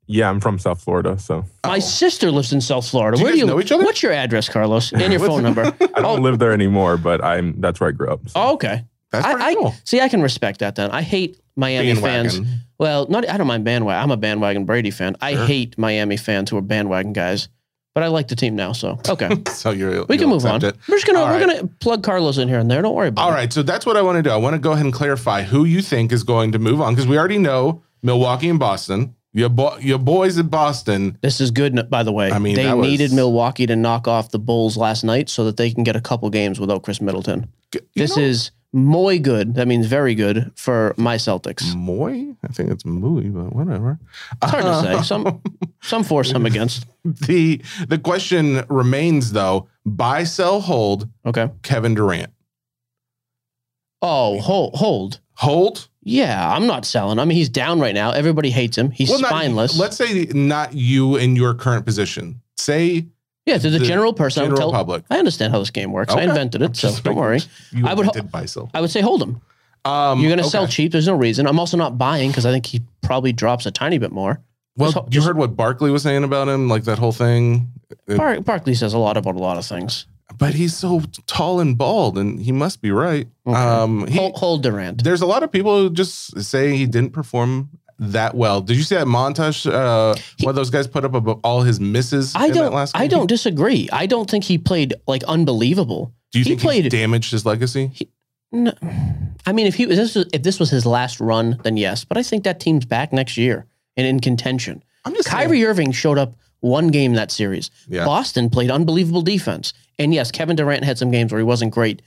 Speaker 4: Yeah, I'm from South Florida, so
Speaker 3: My sister lives in South Florida.
Speaker 2: Oh. Do you guys
Speaker 3: where do you
Speaker 2: know each other?
Speaker 3: What's your address, Carlos? And your phone number.
Speaker 4: I don't live there anymore. But I'm that's where I grew up. so.
Speaker 3: Oh, okay.
Speaker 2: that's
Speaker 3: I,
Speaker 2: pretty
Speaker 3: I-
Speaker 2: cool.
Speaker 3: see. I can respect that. Then I hate Miami
Speaker 2: Bandwagon.
Speaker 3: fans. Well, not I don't mind bandwagon. I'm a bandwagon Brady fan. I
Speaker 2: Sure.
Speaker 3: hate Miami fans who are bandwagon guys, but I like the team now. So okay,
Speaker 2: So you're
Speaker 3: we can
Speaker 2: you'll
Speaker 3: move on.
Speaker 2: accept it.
Speaker 3: We're just gonna
Speaker 2: All
Speaker 3: we're
Speaker 2: right.
Speaker 3: gonna plug Carlos in here and there. Don't worry about
Speaker 2: All
Speaker 3: it.
Speaker 2: right. So that's what I want to do. I want to go ahead and clarify who you think is going to move on because we already know Milwaukee and Boston. Your bo- your boys in Boston.
Speaker 3: This is good, by the way.
Speaker 2: I mean,
Speaker 3: they
Speaker 2: that was-
Speaker 3: needed Milwaukee to knock off the Bulls last night so that they can get a couple games without Chris Middleton.
Speaker 2: You
Speaker 3: This
Speaker 2: know-
Speaker 3: is muy good. That means very good for my Celtics.
Speaker 2: Mm. Moy. I think it's Mooey, but whatever.
Speaker 3: It's hard to say. Some some for, some against.
Speaker 2: the the question remains though: buy, sell, hold
Speaker 3: Okay.
Speaker 2: Kevin Durant.
Speaker 3: Oh, hold, hold.
Speaker 2: Hold.
Speaker 3: Yeah, I'm not selling. I mean, he's down right now. Everybody hates him. He's
Speaker 2: not-
Speaker 3: spineless.
Speaker 2: let's say not you in your current position. Say
Speaker 3: yeah, to the,
Speaker 2: the
Speaker 3: general person, I, would
Speaker 2: general
Speaker 3: tell,
Speaker 2: public.
Speaker 3: I understand how this game works. I
Speaker 2: Okay.
Speaker 3: invented it, so
Speaker 2: Just
Speaker 3: don't
Speaker 2: making-
Speaker 3: worry.
Speaker 2: You
Speaker 3: I would ho-
Speaker 2: invented buy, sell.
Speaker 3: I would say hold him.
Speaker 2: Um,
Speaker 3: You're going to
Speaker 2: okay.
Speaker 3: sell cheap. There's no reason. I'm also not buying because I think he probably drops a tiny bit more.
Speaker 2: Well,
Speaker 3: Just-
Speaker 2: you heard what Barkley was saying about him, like that whole thing. Uh,
Speaker 3: Bar- Barkley says a lot about a lot of things.
Speaker 2: But he's so tall and bald, and he must be right.
Speaker 3: Okay.
Speaker 2: Um, he,
Speaker 3: hold, hold Durant.
Speaker 2: there's a lot of people who just say he didn't perform that well. Did you see that montage? Uh,
Speaker 3: He-
Speaker 2: one of those guys put up about all his misses.
Speaker 3: I
Speaker 2: in that
Speaker 3: don't.
Speaker 2: last
Speaker 3: I
Speaker 2: game?
Speaker 3: don't disagree. I don't think he played like unbelievable.
Speaker 2: Do you
Speaker 3: he
Speaker 2: think
Speaker 3: played-
Speaker 2: he's damaged his legacy?
Speaker 3: No, I mean, if he this was, if this was his last run, then yes. But I think that team's back next year and in contention.
Speaker 2: I'm just saying-
Speaker 3: Kyrie Irving showed up one game that series.
Speaker 2: Yeah.
Speaker 3: Boston played unbelievable defense, and yes, Kevin Durant had some games where he wasn't great.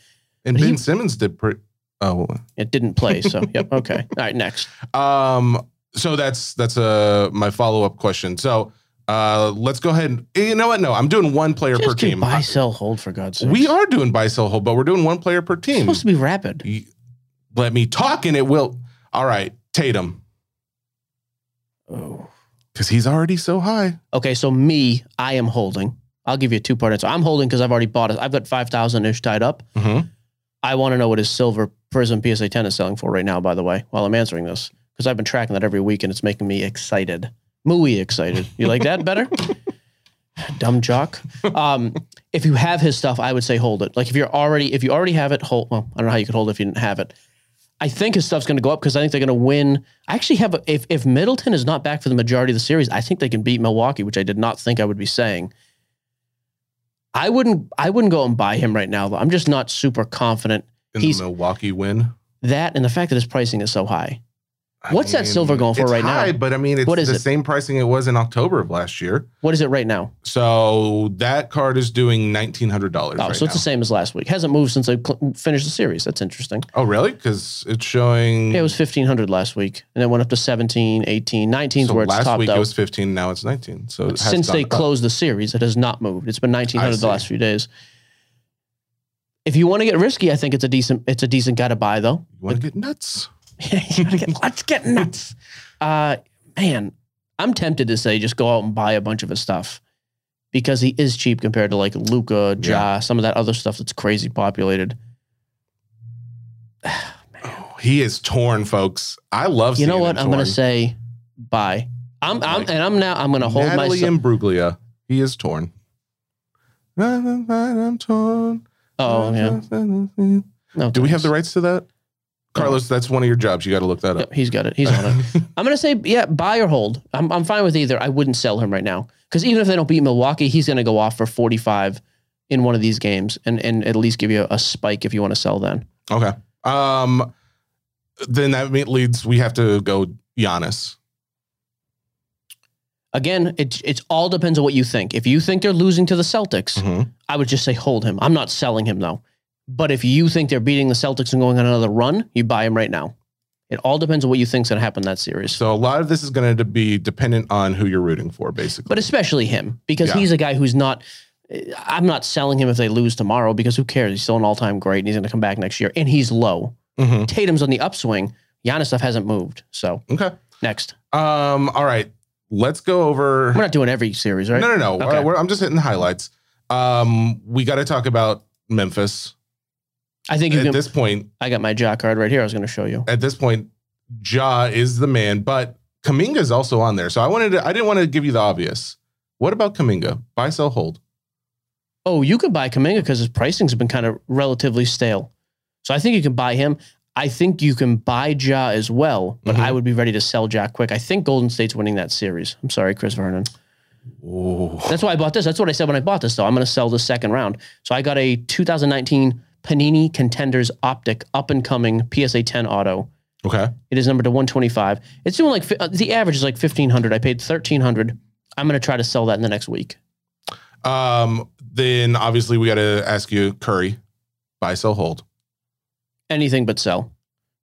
Speaker 2: and
Speaker 3: he-
Speaker 2: Ben Simmons did pretty. Oh,
Speaker 3: It didn't play. So yep. Okay. All right. Next.
Speaker 2: Um, so that's that's uh my follow up question. So uh, let's go ahead. And, you know what? No, I'm doing one player per
Speaker 3: Just do
Speaker 2: team.
Speaker 3: buy, sell, hold for God's sake.
Speaker 2: we are doing buy sell hold, but we're doing one player per
Speaker 3: It's
Speaker 2: team.
Speaker 3: supposed to be rapid.
Speaker 2: You- Let me talk, and it will. All right, Tatum,
Speaker 3: Oh.
Speaker 2: because he's already so high.
Speaker 3: Okay, so me, I am holding. I'll give you a two part answer. I'm holding because I've already bought it. I've got 5,000 ish tied up.
Speaker 2: Mhm.
Speaker 3: I want to know what his silver prism PSA 10 is selling for right now, by the way, while I'm answering this, because I've been tracking that every week and it's making me excited. Muy excited. You like that better? dumb jock. Um, if you have his stuff, I would say hold it. Like if you're already if you already have it, hold. Well, I don't know how you could hold it if you didn't have it. I think his stuff's going to go up because I think they're going to win. I actually have a, if if Middleton is not back for the majority of the series, I think they can beat Milwaukee, which I did not think I would be saying. I wouldn't I wouldn't go and buy him right now though. I'm just not super confident
Speaker 2: in
Speaker 3: He's-
Speaker 2: the Milwaukee win.
Speaker 3: that and the fact that his pricing is so high.
Speaker 2: I
Speaker 3: What's that silver going for
Speaker 2: it's
Speaker 3: right now?
Speaker 2: high, But I mean, it's
Speaker 3: What is
Speaker 2: the
Speaker 3: it?
Speaker 2: same pricing it was in October of last year.
Speaker 3: What is it right now?
Speaker 2: So that card is doing nineteen hundred dollars.
Speaker 3: Oh,
Speaker 2: right
Speaker 3: so it's
Speaker 2: now.
Speaker 3: the same as last week. Hasn't moved since I cl- finished the series. That's interesting.
Speaker 2: Oh, really? Because it's showing.
Speaker 3: Yeah, it was 1500 last week and it went up to 17, 18, 19 's
Speaker 2: so
Speaker 3: where it's
Speaker 2: last
Speaker 3: topped
Speaker 2: week
Speaker 3: out.
Speaker 2: it was fifteen. Now it's nineteen. So it has
Speaker 3: since
Speaker 2: gone
Speaker 3: they
Speaker 2: up.
Speaker 3: closed the series, it has not moved. It's been nineteen
Speaker 2: I
Speaker 3: hundred
Speaker 2: see.
Speaker 3: the last few days. If you want to get risky, I think it's a decent it's a decent guy to buy though.
Speaker 2: you want to get nuts?
Speaker 3: You gotta get- let's get nuts. Uh, man, I'm tempted to say just go out and buy a bunch of his stuff because he is cheap compared to like Luca, Ja, some of that other stuff that's crazy populated.
Speaker 2: Oh, he is torn, folks. I love.
Speaker 3: you know
Speaker 2: seeing
Speaker 3: what?
Speaker 2: him
Speaker 3: I'm gonna
Speaker 2: torn.
Speaker 3: say buy. I'm, I'm
Speaker 2: Like,
Speaker 3: and I'm now I'm gonna hold
Speaker 2: Natalie
Speaker 3: myself.
Speaker 2: Imbruglia. He is torn. I'm torn.
Speaker 3: Oh yeah. No,
Speaker 2: Do we have the rights to that? Carlos, that's one of your jobs. You got to look that
Speaker 3: Yeah,
Speaker 2: up.
Speaker 3: he's got it. He's on it. I'm gonna say yeah, buy or hold. I'm I'm fine with either. I wouldn't sell him right now because even if they don't beat Milwaukee, he's gonna go off for 45 in one of these games and and at least give you a, spike if you want to sell then.
Speaker 2: okay. Um, then that me- leads. We have to go Giannis.
Speaker 3: Again, it it's all depends on what you think. If you think they're losing to the Celtics,
Speaker 2: Mhm.
Speaker 3: I would just say hold him. I'm not selling him though. But if you think they're beating the Celtics and going on another run, you buy him right now. It all depends on what you think's gonna happen in that series.
Speaker 2: So a lot of this is going to be dependent on who you're rooting for, basically.
Speaker 3: but especially him because
Speaker 2: Yeah.
Speaker 3: he's a guy who's not. eh, I'm not selling him if they lose tomorrow because who cares? He's still an all-time great, and he's going to come back next year. And he's low.
Speaker 2: Mhm.
Speaker 3: Tatum's on the upswing. Giannis stuff hasn't moved. So
Speaker 2: Okay.
Speaker 3: next,
Speaker 2: Um. All right. Let's go over.
Speaker 3: we're not doing every series, right?
Speaker 2: No, no, no.
Speaker 3: Okay.
Speaker 2: Uh, we're- I'm just hitting the highlights. Um, we got to talk about Memphis.
Speaker 3: I think you
Speaker 2: At
Speaker 3: can.
Speaker 2: this point,
Speaker 3: I got my jock card right here. I was going to show you.
Speaker 2: at this point, Ja is the man, but Kaminga is also on there. So I wanted to, I didn't want to give you the obvious. What about Kaminga? Buy, sell, hold.
Speaker 3: Oh, you could buy Kaminga because his pricing's been kind of relatively stale. So I think you can buy him. I think you can buy Ja as well, but
Speaker 2: Mhm.
Speaker 3: I would be ready to sell Ja quick. I think Golden State's winning that series. I'm sorry, Chris Vernon. That's why I bought this. That's what I said when I bought this, though. I'm going to sell the second round. So I got a 2019 Panini Contenders Optic up and coming PSA 10 auto.
Speaker 2: Okay.
Speaker 3: It is numbered to 125. It's doing like fi- uh, the average is like 1500. I paid 1300. I'm going to try to sell that in the next week.
Speaker 2: Um, then obviously we got to ask you Curry, buy, sell, hold.
Speaker 3: Anything but sell.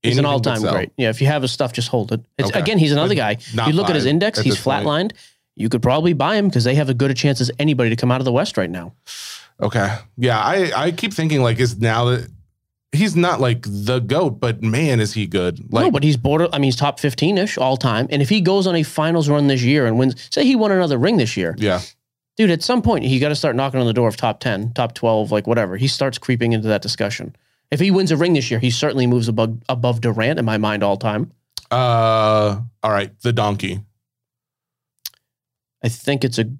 Speaker 3: He's
Speaker 2: Anything
Speaker 3: an all time
Speaker 2: but sell.
Speaker 3: great. Yeah, if you have his stuff, just hold it. It's,
Speaker 2: Okay.
Speaker 3: Again, he's another
Speaker 2: But
Speaker 3: guy.
Speaker 2: Not
Speaker 3: You look at his
Speaker 2: buy
Speaker 3: index,
Speaker 2: at
Speaker 3: he's
Speaker 2: this point.
Speaker 3: flatlined. You could probably buy him because they have as good a chance as anybody to come out of the West right now.
Speaker 2: Okay. Yeah. I, I keep thinking like, is now that he's not like the goat, but man, is he good. Like,
Speaker 3: no, but he's border. I mean, he's top fifteen ish all time. And if he goes on a finals run this year and wins, say he won another ring this year,
Speaker 2: yeah.
Speaker 3: dude. At some point, he got to start knocking on the door of top ten, top twelve, like whatever. He starts creeping into that discussion. If he wins a ring this year, he certainly moves above above Durant in my mind all time.
Speaker 2: Uh, all right. The donkey.
Speaker 3: I think it's a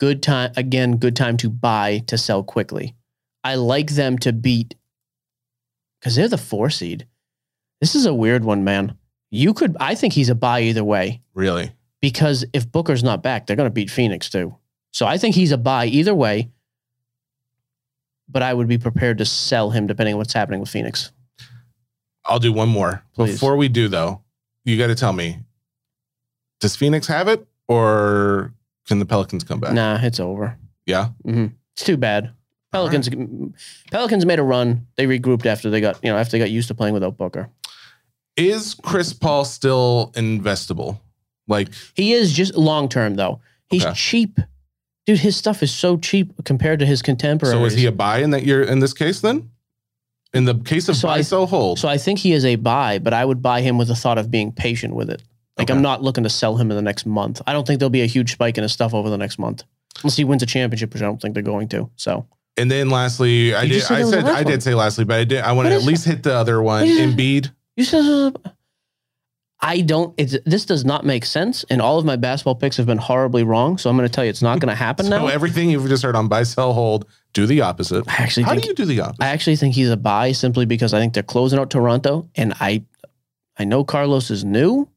Speaker 3: good time again, good time to buy to sell quickly. I like them to beat because they're the four seed. This is a weird one, man. You could, I think he's a buy either way.
Speaker 2: Really?
Speaker 3: because if Booker's not back, they're going to beat Phoenix too. So I think he's a buy either way. But I would be prepared to sell him depending on what's happening with Phoenix.
Speaker 2: I'll do one more.
Speaker 3: Please.
Speaker 2: Before we do though, you got to tell me does Phoenix have it or can the Pelicans come back?
Speaker 3: Nah, it's over.
Speaker 2: Yeah.
Speaker 3: hmm It's too bad.
Speaker 2: All
Speaker 3: Pelicans, Pelicans made a run. They regrouped after they got you know after they got used to playing without Booker.
Speaker 2: Is Chris Paul still investable? Like
Speaker 3: He is just long term though. He's
Speaker 2: Okay.
Speaker 3: cheap, dude. His stuff is so cheap compared to his contemporaries.
Speaker 2: so is he a buy in that year in this case then? In the case of
Speaker 3: So
Speaker 2: buy
Speaker 3: I-
Speaker 2: sell hold.
Speaker 3: So I think he is a buy, but I would buy him with the thought of being patient with it. Like
Speaker 2: Okay.
Speaker 3: I'm not looking to sell him in the next month. I don't think there'll be a huge spike in his stuff over the next month. Unless he wins a championship, which I don't think they're going to. So
Speaker 2: and then lastly, I
Speaker 3: You
Speaker 2: did
Speaker 3: just said
Speaker 2: I
Speaker 3: that was the
Speaker 2: said
Speaker 3: last
Speaker 2: I
Speaker 3: one.
Speaker 2: did say lastly, but I did I want to
Speaker 3: What
Speaker 2: at
Speaker 3: is-
Speaker 2: least hit the other one.
Speaker 3: What is-
Speaker 2: Embiid.
Speaker 3: you said I don't. It's, this does not make sense, and all of my basketball picks have been horribly wrong. So I'm going to tell you, it's not going to happen
Speaker 2: So
Speaker 3: now.
Speaker 2: everything you've just heard on buy, sell, hold, do the opposite.
Speaker 3: I actually
Speaker 2: How
Speaker 3: think
Speaker 2: do you do the opposite?
Speaker 3: I actually think he's a buy simply because I think they're closing out Toronto, and I, I know Carlos is new,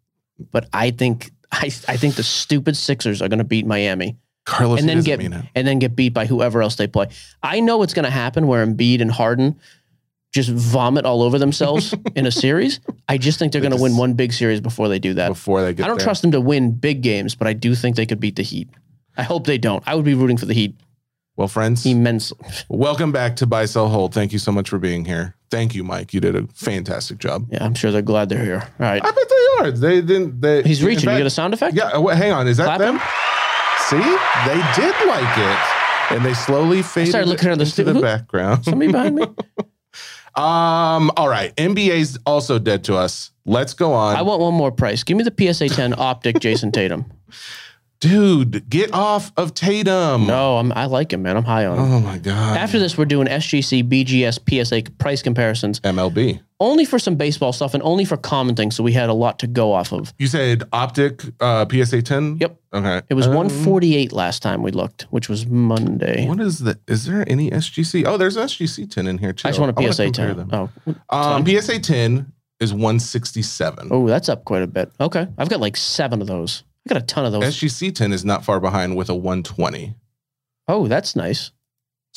Speaker 3: but I think I I think the stupid Sixers are going to beat Miami
Speaker 2: Carlos
Speaker 3: and then
Speaker 2: doesn't
Speaker 3: get-
Speaker 2: mean it.
Speaker 3: and then get beat by whoever else they play. I know what's going to happen where Embiid and Harden just vomit all over themselves in a series. I just think they're
Speaker 2: They
Speaker 3: going to
Speaker 2: just-
Speaker 3: win one big series before they do that.
Speaker 2: before they get
Speaker 3: I don't
Speaker 2: there.
Speaker 3: trust them to win big games, but I do think they could beat the Heat. I hope they don't. I would be rooting for the Heat
Speaker 2: Well, friends,
Speaker 3: immensely.
Speaker 2: welcome back to Buy Sell Hold. Thank you so much for being here. Thank you, Mike. You did a fantastic job.
Speaker 3: Yeah, I'm sure they're glad they're here. All right.
Speaker 2: I bet they are. They didn't. They,
Speaker 3: He's
Speaker 2: in
Speaker 3: reaching.
Speaker 2: fact-
Speaker 3: you got a sound effect?
Speaker 2: Yeah, wait, hang on. Is that
Speaker 3: Clap
Speaker 2: them? See, they did like it, and they slowly faded
Speaker 3: looking at the
Speaker 2: into
Speaker 3: stu-
Speaker 2: the
Speaker 3: who-
Speaker 2: background.
Speaker 3: Somebody behind me?
Speaker 2: Um. All right. NBA's also dead to us. Let's go on,
Speaker 3: I want one more price. Give me the PSA 10 optic Jason Tatum.
Speaker 2: dude. Get off of Tatum.
Speaker 3: No, I'm, I like him, man. I'm high on him.
Speaker 2: Oh my god.
Speaker 3: After this, we're doing SGC, BGS, PSA price comparisons,
Speaker 2: MLB.
Speaker 3: only for some baseball stuff and only for commenting. So we had a lot to go off of.
Speaker 2: You said optic uh, PSA ten.
Speaker 3: Yep.
Speaker 2: Okay.
Speaker 3: It was
Speaker 2: Um,
Speaker 3: 148 last time we looked, which was Monday.
Speaker 2: What is the? Is there any SGC? Oh, there's an SGC ten in here too.
Speaker 3: I just want
Speaker 2: wanna
Speaker 3: a PSA
Speaker 2: compare
Speaker 3: 10.
Speaker 2: them.
Speaker 3: Oh,
Speaker 2: Um, PSA ten is one sixty seven.
Speaker 3: oh, that's up quite a bit. Okay. I've got like seven of those. I got a ton of those.
Speaker 2: SGC ten is not far behind with a one twenty.
Speaker 3: oh, that's nice.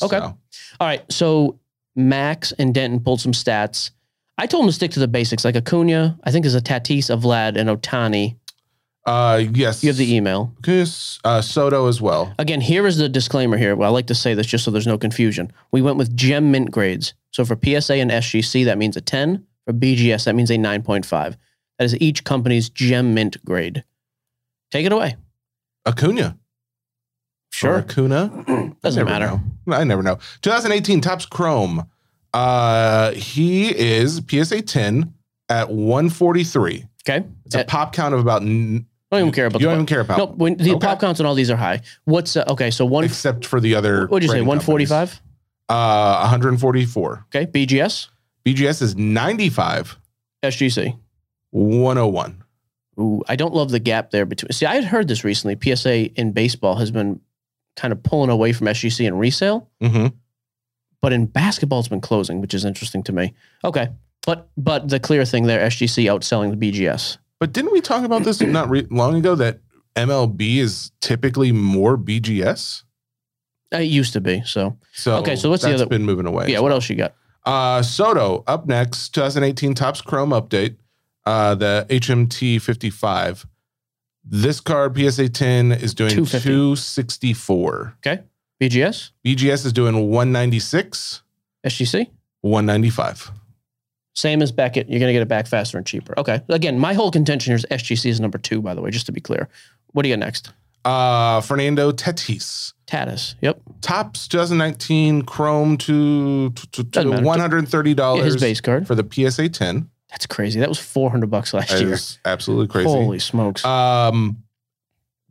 Speaker 3: Okay. All right. So Max and Denton pulled some stats. I told them to stick to the basics, like Acuna. I think there's a Tatis, a Vlad, and Otani.
Speaker 2: Uh, yes.
Speaker 3: You have the E. email.
Speaker 2: Yes, uh, Soto as well.
Speaker 3: Again, here is the disclaimer here. Well, I like to say this just so there's no confusion. We went with gem mint grades. So for PSA and SGC, that means a 10. For BGS, that means a 9.5. That is each company's gem mint grade. Take it away.
Speaker 2: Acuna. Or
Speaker 3: Sure.
Speaker 2: Acuna.
Speaker 3: Doesn't
Speaker 2: I never
Speaker 3: matter.
Speaker 2: know. I never know. 2018 tops Chrome. Uh, he is PSA 10 at 143.
Speaker 3: Okay.
Speaker 2: It's a
Speaker 3: Uh,
Speaker 2: pop count of about. N-
Speaker 3: don't even care about
Speaker 2: You
Speaker 3: the
Speaker 2: don't even care about.
Speaker 3: Nope. When, the
Speaker 2: Okay.
Speaker 3: pop counts and all these are high. What's uh, okay? So one.
Speaker 2: except for the other.
Speaker 3: What'd you say?
Speaker 2: rating
Speaker 3: One
Speaker 2: companies.
Speaker 3: forty-five.
Speaker 2: Uh, 144.
Speaker 3: Okay. BGS.
Speaker 2: BGS is 95.
Speaker 3: SGC.
Speaker 2: 101.
Speaker 3: Ooh, I don't love the gap there between. See, I had heard this recently. PSA in baseball has been kind of pulling away from SGC and resale,
Speaker 2: hmm
Speaker 3: but in basketball, it's been closing, which is interesting to me. Okay, but but the clear thing there, SGC outselling the BGS.
Speaker 2: But didn't we talk about this not re- long ago that MLB is typically more BGS?
Speaker 3: Uh, It used to be so.
Speaker 2: So
Speaker 3: Okay, so what's the
Speaker 2: that's
Speaker 3: other-
Speaker 2: been moving away.
Speaker 3: Yeah, what else you got?
Speaker 2: Uh, Soto up next, 2018 Topps Chrome update, uh, the HMT 55. This card PSA 10 is doing
Speaker 3: 250.
Speaker 2: 264.
Speaker 3: BGS,
Speaker 2: BGS is doing 196,
Speaker 3: SGC,
Speaker 2: 195.
Speaker 3: same as Beckett. You're gonna get it back faster and cheaper. Okay, again, my whole contention here is SGC is number two. By the way, just to be clear, what do you got next?
Speaker 2: Uh, Fernando Tatis.
Speaker 3: Tatis. Yep,
Speaker 2: Topps 2019 Chrome to, to, to, to
Speaker 3: Doesn't matter.
Speaker 2: $130
Speaker 3: his base card.
Speaker 2: for the PSA 10.
Speaker 3: That's crazy. That was four hundred bucks last
Speaker 2: That
Speaker 3: year.
Speaker 2: is absolutely crazy.
Speaker 3: Holy smokes.
Speaker 2: Um,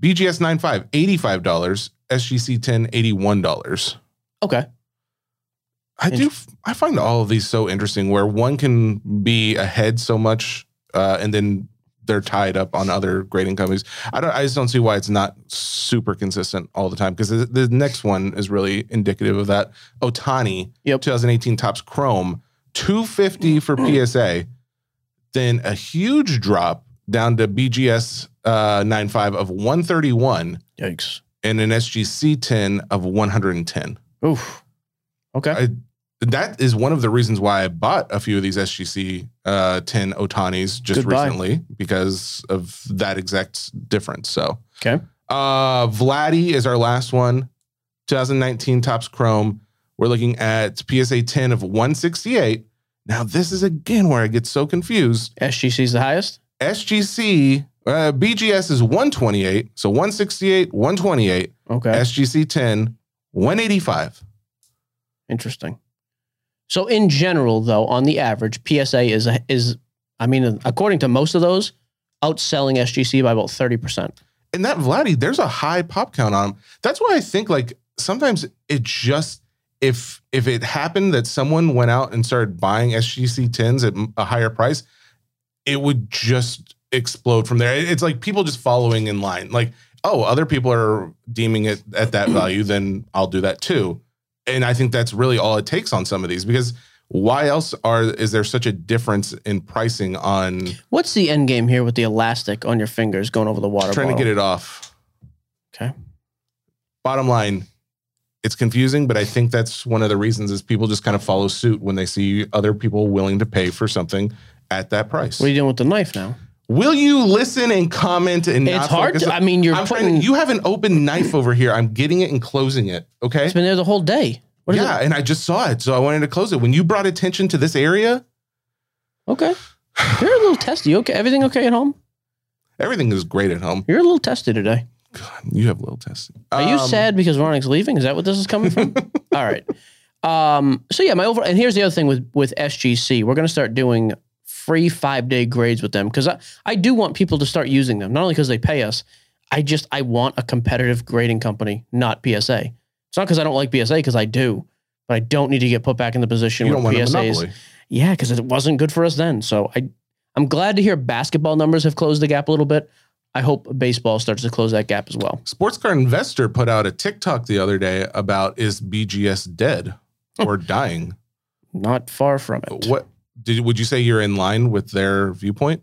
Speaker 2: BGS 95, $85. SGC 10, $81.
Speaker 3: okay.
Speaker 2: I do. f- I find all of these so interesting where one can be ahead so much uh, and then they're tied up on other grading companies. I don't. I just don't see why it's not super consistent all the time because the, the next one is really indicative of that. Otani,
Speaker 3: Yep.
Speaker 2: 2018 tops Chrome, 250 for PSA, then a huge drop down to BGS uh, 95 of 131
Speaker 3: Yikes.
Speaker 2: and an SGC 10 of 110.
Speaker 3: Oof. Okay.
Speaker 2: I, that is one of the reasons why I bought a few of these SGC uh, 10 Otanis just
Speaker 3: Good buy.
Speaker 2: recently because of that exact difference. So,
Speaker 3: Okay.
Speaker 2: Uh, Vladdy is our last one. 2019 Tops Chrome. We're looking at PSA 10 of 168. Now, this is again where I get so confused.
Speaker 3: SGC is the highest.
Speaker 2: SGC, uh, BGS is 128. So 168, 128.
Speaker 3: Okay.
Speaker 2: SGC 10, 185.
Speaker 3: Interesting. So in general, though, on the average, PSA is is I mean, according to most of those, outselling SGC by about thirty percent.
Speaker 2: and that Vladdy, there's a high pop count on him. That's why I think like sometimes it just if if it happened that someone went out and started buying SGC tens at a higher price, it would just explode from there. It- It's like people just following in line. Like, oh, other people are deeming it at that value, then I'll do that too. And I think that's really all it takes on some of these because why else are is there such a difference in pricing on
Speaker 3: What's the end game here with the elastic on your fingers going over the water?
Speaker 2: trying
Speaker 3: bottle?
Speaker 2: to get it off?
Speaker 3: Okay.
Speaker 2: Bottom line, it's confusing, but I think that's one of the reasons is people just kind of follow suit when they see other people willing to pay for something at that price.
Speaker 3: What are you doing with the knife now?
Speaker 2: Will you listen and comment and not
Speaker 3: it's hard.
Speaker 2: focus
Speaker 3: To,
Speaker 2: on-
Speaker 3: I mean, you're
Speaker 2: I'm trying to-
Speaker 3: putting.
Speaker 2: you have an open knife over here. I'm getting it and closing it. Okay.
Speaker 3: it's been there the whole day. What is
Speaker 2: yeah,
Speaker 3: it?
Speaker 2: and I just saw it, so I wanted to close it. When you brought attention to this area,
Speaker 3: Okay. You're a little testy. You Okay. Everything okay at home?
Speaker 2: everything is great at home.
Speaker 3: You're a little testy today.
Speaker 2: God, you have little Um, tests.
Speaker 3: Are you sad because Ronik's leaving? Is that what this is coming from? All right. Um, so yeah, my overall, and here's the other thing with with SGC, we're gonna start doing free five day grades with them because I, I do want people to start using them, not only because they pay us. I just I want a competitive grading company, not PSA. It's not because I don't like PSA, because I do, but I don't need to get put back in the position
Speaker 2: You don't
Speaker 3: where
Speaker 2: want a
Speaker 3: PSA is
Speaker 2: monopoly.
Speaker 3: yeah, because it wasn't good for us then. So I, I'm glad to hear basketball numbers have closed the gap a little bit. I hope baseball starts to close that gap as well.
Speaker 2: Sports car investor put out a TikTok the other day about is BGS dead
Speaker 3: Oh.
Speaker 2: or dying?
Speaker 3: Not far from it.
Speaker 2: What did would you say you're in line with their viewpoint?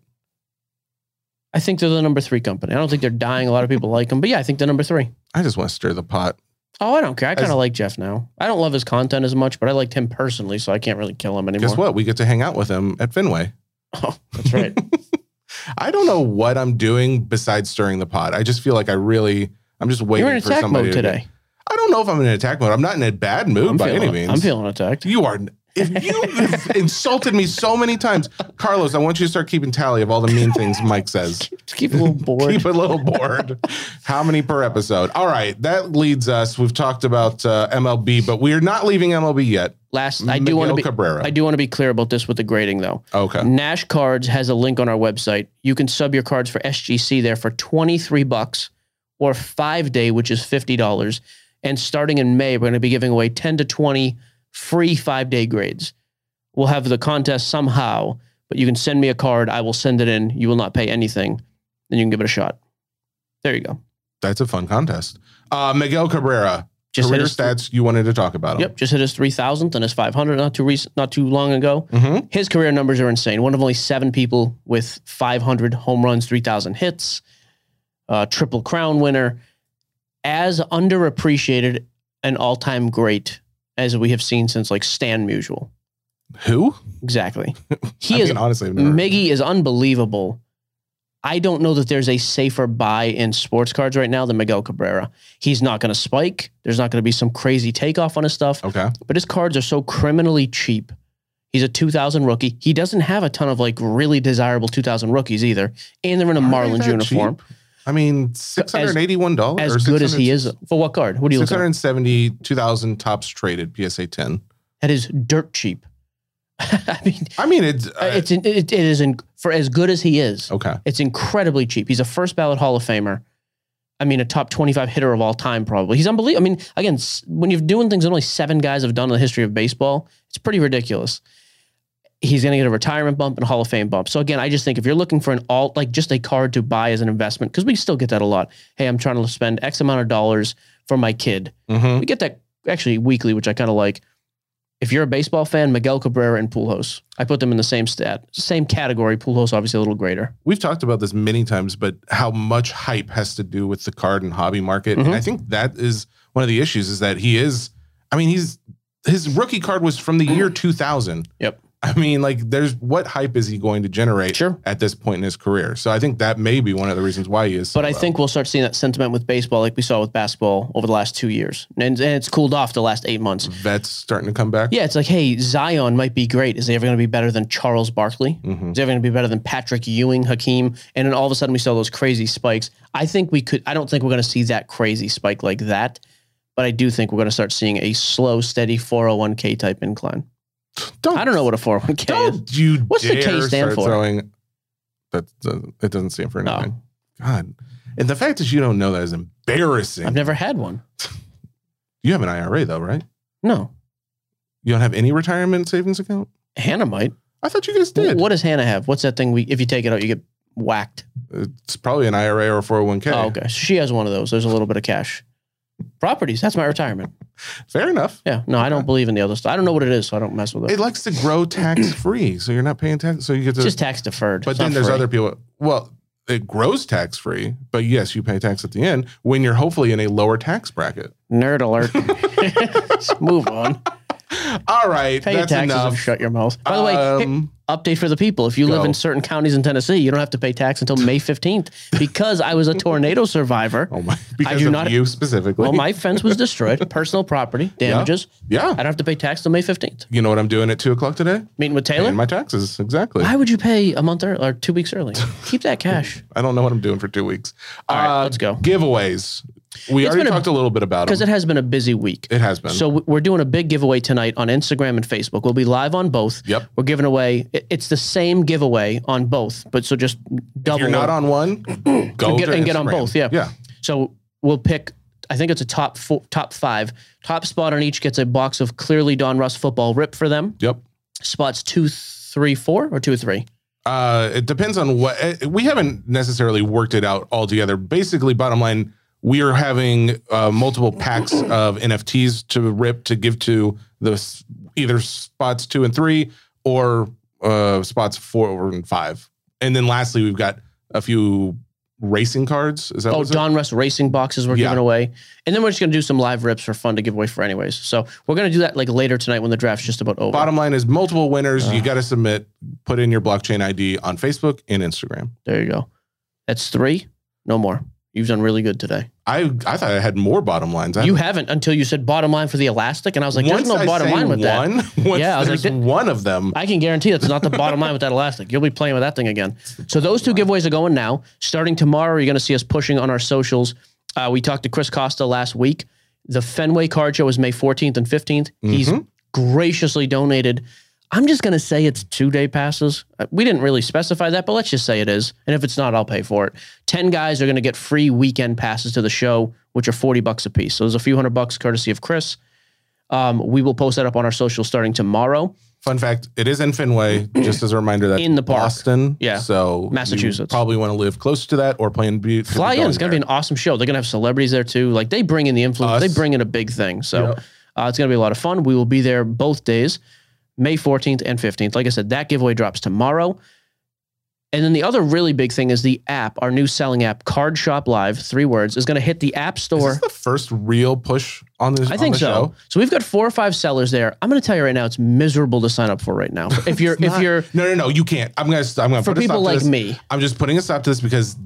Speaker 3: I think they're the number three company. I don't think they're dying. A lot of people like them, but yeah, I think they're number three.
Speaker 2: I just want to stir the pot.
Speaker 3: Oh, I don't care. I kind
Speaker 2: As-
Speaker 3: of like Jeff now. I don't love his content as much, but I liked him personally, so I can't really kill him anymore.
Speaker 2: Guess what? We get to hang out with him at Fenway.
Speaker 3: Oh, that's right.
Speaker 2: I don't know what I'm doing besides stirring the pot. I just feel like I really, I'm just waiting
Speaker 3: You're in
Speaker 2: for
Speaker 3: attack
Speaker 2: somebody
Speaker 3: mode
Speaker 2: to-
Speaker 3: today.
Speaker 2: I don't know if I'm in attack mode. I'm not in a bad mood
Speaker 3: I'm
Speaker 2: by
Speaker 3: feeling,
Speaker 2: any means.
Speaker 3: I'm feeling attacked.
Speaker 2: You are. If you have insulted me so many times, Carlos, I want you to start keeping tally of all the mean things Mike says.
Speaker 3: Just keep a little bored.
Speaker 2: Keep a little bored. How many per episode? All right, that leads us. We've talked about uh, MLB, but we are not leaving MLB yet.
Speaker 3: Last, I do want to
Speaker 2: Miguel
Speaker 3: be.
Speaker 2: Cabrera.
Speaker 3: I do want to be clear about this with the grading, though.
Speaker 2: okay.
Speaker 3: Nash Cards has a link on our website. You can sub your cards for SGC there for 23 bucks or 5 day which is $50. And starting in May, we're going to be giving away 10 to 20 free 5-day grades. We'll have the contest somehow, but you can send me a card, I will send it in. You will not pay anything, and you can give it a shot. There you go.
Speaker 2: That's a fun contest. Uh, Miguel Cabrera,
Speaker 3: Just
Speaker 2: career
Speaker 3: hit his
Speaker 2: stats. You wanted to talk about him.
Speaker 3: Yep, just hit his 3000th and his 500 not too recent, not too long ago.
Speaker 2: Mm-hmm.
Speaker 3: His career numbers are insane. One of only seven people with 500 home runs, 3,000 hits, uh, triple crown winner, as underappreciated an all-time great as we have seen since like Stan Musial.
Speaker 2: Who?
Speaker 3: Exactly. He
Speaker 2: I
Speaker 3: is.
Speaker 2: mean, honestly, I've never-
Speaker 3: Miggy is unbelievable. I don't know that there's a safer buy in sports cards right now than Miguel Cabrera. He's not going to spike. There's not going to be some crazy takeoff on his stuff
Speaker 2: Okay.
Speaker 3: but his cards are so criminally cheap. He's a 2000 rookie. He doesn't have a ton of like really desirable 2000 rookies either. And they're in a
Speaker 2: Are they
Speaker 3: Marlins
Speaker 2: that
Speaker 3: uniform.
Speaker 2: cheap? I mean, six hundred eighty-one dollars.
Speaker 3: As good as he is for what card? What do you
Speaker 2: Six
Speaker 3: look at?
Speaker 2: hundred seventy-two thousand tops traded PSA ten.
Speaker 3: That is dirt cheap. I mean,
Speaker 2: I mean, it's uh,
Speaker 3: it's in- it, it is in, for as good as he is.
Speaker 2: okay.
Speaker 3: It's incredibly cheap. He's a first ballot Hall of Famer. I mean, a top 25 hitter of all time, probably. He's unbelievable. I mean, again, s- when you're doing things that only seven guys have done in the history of baseball, it's pretty ridiculous. He's going to get a retirement bump and Hall of Fame bump. So, again, I just think if you're looking for an alt, like just a card to buy as an investment, because we still get that a lot. Hey, I'm trying to spend X amount of dollars for my kid.
Speaker 2: Mm-hmm.
Speaker 3: We get that actually weekly, which I kind of like. If you're a baseball fan, Miguel Cabrera and Pujols. I put them in the same stat, same category. Pujols obviously a little greater.
Speaker 2: We've talked about this many times, but how much hype has to do with the card and hobby market,
Speaker 3: Mhm.
Speaker 2: and I think that is one of the issues. Is that he is? I mean, he's his rookie card was from the year two thousand.
Speaker 3: Yep.
Speaker 2: I mean, like, there's what hype is he going to generate
Speaker 3: Sure.
Speaker 2: at this point in his career? So I think that may be one of the reasons why he is. so uh,
Speaker 3: But I
Speaker 2: low.
Speaker 3: think we'll start seeing that sentiment with baseball, like we saw with basketball over the last two years, and, and it's cooled off the last eight months.
Speaker 2: vets starting to come back.
Speaker 3: Yeah, it's like, hey, Zion might be great. Is he ever going to be better than Charles Barkley?
Speaker 2: Mhm.
Speaker 3: Is he ever going to be better than Patrick Ewing, Hakeem? And then all of a sudden, we saw those crazy spikes. I think we could. I don't think we're going to see that crazy spike like that, but I do think we're going to start seeing a slow, steady 401k type incline. I don't know what a 401k is.
Speaker 2: Don't you
Speaker 3: What's the
Speaker 2: dare
Speaker 3: K stand
Speaker 2: start
Speaker 3: for?
Speaker 2: throwing. That doesn't- it doesn't stand for anything.
Speaker 3: No,
Speaker 2: God, and the fact that you don't know that is embarrassing.
Speaker 3: I've never had one.
Speaker 2: you have an IRA though, right?
Speaker 3: No,
Speaker 2: You don't have any retirement savings account.
Speaker 3: Hannah might.
Speaker 2: I thought you guys
Speaker 3: Wh-
Speaker 2: did.
Speaker 3: What does Hannah have? What's that thing? We if you take it out, you get whacked.
Speaker 2: It's probably an IRA or 401k.
Speaker 3: Oh, okay. So she has one of those. There's a little bit of cash. Properties. That's my retirement.
Speaker 2: Fair enough.
Speaker 3: Yeah. No, I don't believe in the other stuff. I don't know what it is, so I don't mess with it.
Speaker 2: It likes to grow tax free, so you're not paying tax. So you get to
Speaker 3: it's just tax deferred.
Speaker 2: But
Speaker 3: It's
Speaker 2: then
Speaker 3: not
Speaker 2: there's
Speaker 3: free.
Speaker 2: other people. Well, it grows tax free, but yes, you pay tax at the end when you're hopefully in a lower tax bracket.
Speaker 3: nerd alert. Let's move on.
Speaker 2: All right,
Speaker 3: Pay your
Speaker 2: that's
Speaker 3: taxes
Speaker 2: enough.
Speaker 3: and shut your mouth. By the way, hey,
Speaker 2: Um,
Speaker 3: update for the people. If you live
Speaker 2: Go.
Speaker 3: in certain counties in Tennessee, you don't have to pay tax until May 15th because I was a tornado survivor.
Speaker 2: oh my, because
Speaker 3: do
Speaker 2: of
Speaker 3: not-
Speaker 2: you specifically.
Speaker 3: Well, my fence was destroyed, personal property damages.
Speaker 2: yeah,
Speaker 3: I don't have to pay tax till May 15th.
Speaker 2: you know what I'm doing at two o'clock today?
Speaker 3: Meeting with Taylor.
Speaker 2: Paying my taxes exactly.
Speaker 3: Why would you pay a month early or two weeks early? Keep that cash
Speaker 2: I don't know what I'm doing for two weeks. Uh,
Speaker 3: All right, let's go.
Speaker 2: Giveaways. We
Speaker 3: It's
Speaker 2: already
Speaker 3: been a-
Speaker 2: talked a little bit about
Speaker 3: because
Speaker 2: them.
Speaker 3: it has been a busy week.
Speaker 2: It has been.
Speaker 3: So w- we're doing a big giveaway tonight on Instagram and Facebook. We'll be live on both.
Speaker 2: Yep.
Speaker 3: We're giving away. it- It's the same giveaway on both, but so just double.
Speaker 2: if you're not
Speaker 3: it.
Speaker 2: on one, go
Speaker 3: get-
Speaker 2: to
Speaker 3: and get on
Speaker 2: Instagram.
Speaker 3: both, yeah.
Speaker 2: yeah.
Speaker 3: So we'll pick. I think it's a top four, top five. Top spot on each gets a box of clearly Don Russ football rip for them.
Speaker 2: Yep.
Speaker 3: Spots two, three, four, or two, three.
Speaker 2: Uh, it depends on what eh, we haven't necessarily worked it out altogether. Basically, bottom line, we are having uh, multiple packs of NFTs to rip to give to the s- either spots two and three or uh, spots four and five. And then lastly, we've got a few racing cards. Is that
Speaker 3: Oh,
Speaker 2: what's it?
Speaker 3: Don Russ racing boxes we're
Speaker 2: Yeah.
Speaker 3: giving away, and then we're just gonna do some live rips for fun to give away for anyways. So we're gonna do that like later tonight when the draft's just about over.
Speaker 2: Bottom line is multiple winners.
Speaker 3: Uh.
Speaker 2: you got to submit, put in your blockchain ID on Facebook and Instagram.
Speaker 3: There you go. That's three. No more. You've done really good today.
Speaker 2: I I thought I had more bottom lines. I
Speaker 3: You haven't until you said bottom line for the elastic, and I was like, "There's
Speaker 2: Once
Speaker 3: no
Speaker 2: I
Speaker 3: bottom
Speaker 2: say
Speaker 3: line with that."
Speaker 2: one, once
Speaker 3: Yeah, I was like,
Speaker 2: there's
Speaker 3: "Th-
Speaker 2: one of them.
Speaker 3: I can guarantee that's not the bottom line with that elastic. You'll be playing with that thing again. So those two giveaways are going now. Starting tomorrow, you're going to see us pushing on our socials. Uh, we talked to Chris Costa last week. The Fenway Card Show is May 14th and 15th. He's graciously donated. I'm just going to say it's two day passes. Uh, We didn't really specify that, but let's just say it is. And if it's not, I'll pay for it. 10 guys are going to get free weekend passes to the show, which are 40 bucks a piece. So there's a few hundred bucks courtesy of Chris. Um, we will post that up on our socials starting tomorrow.
Speaker 2: Fun fact: It is in Fenway. Just as a reminder, that
Speaker 3: In the park.
Speaker 2: Boston,
Speaker 3: Yeah.
Speaker 2: So you
Speaker 3: Massachusetts.
Speaker 2: probably want to live close to that or plan B.
Speaker 3: Fly in. It's going to be an awesome show. They're going to have celebrities there too. Like they bring in the influence.
Speaker 2: Us.
Speaker 3: They bring in a big thing. So
Speaker 2: Yep.
Speaker 3: uh, it's going to be a lot of fun. We will be there both days, May 14th and 15th. Like I said, that giveaway drops tomorrow. And then the other really big thing is the app, our new selling app, Card Shop Live, three words, is going to hit the App
Speaker 2: Is
Speaker 3: Store.
Speaker 2: this the first real push on this?
Speaker 3: I
Speaker 2: on
Speaker 3: think
Speaker 2: the
Speaker 3: so.
Speaker 2: show?
Speaker 3: So we've got four or five sellers there. I'm going to tell you right now, it's miserable to sign up for right now. If you're, if
Speaker 2: Not-
Speaker 3: you're,
Speaker 2: no, no, no, you can't. I'm gonna. I'm gonna
Speaker 3: for
Speaker 2: put a stop
Speaker 3: people
Speaker 2: to
Speaker 3: like
Speaker 2: this.
Speaker 3: me,
Speaker 2: I'm just putting a stop to this because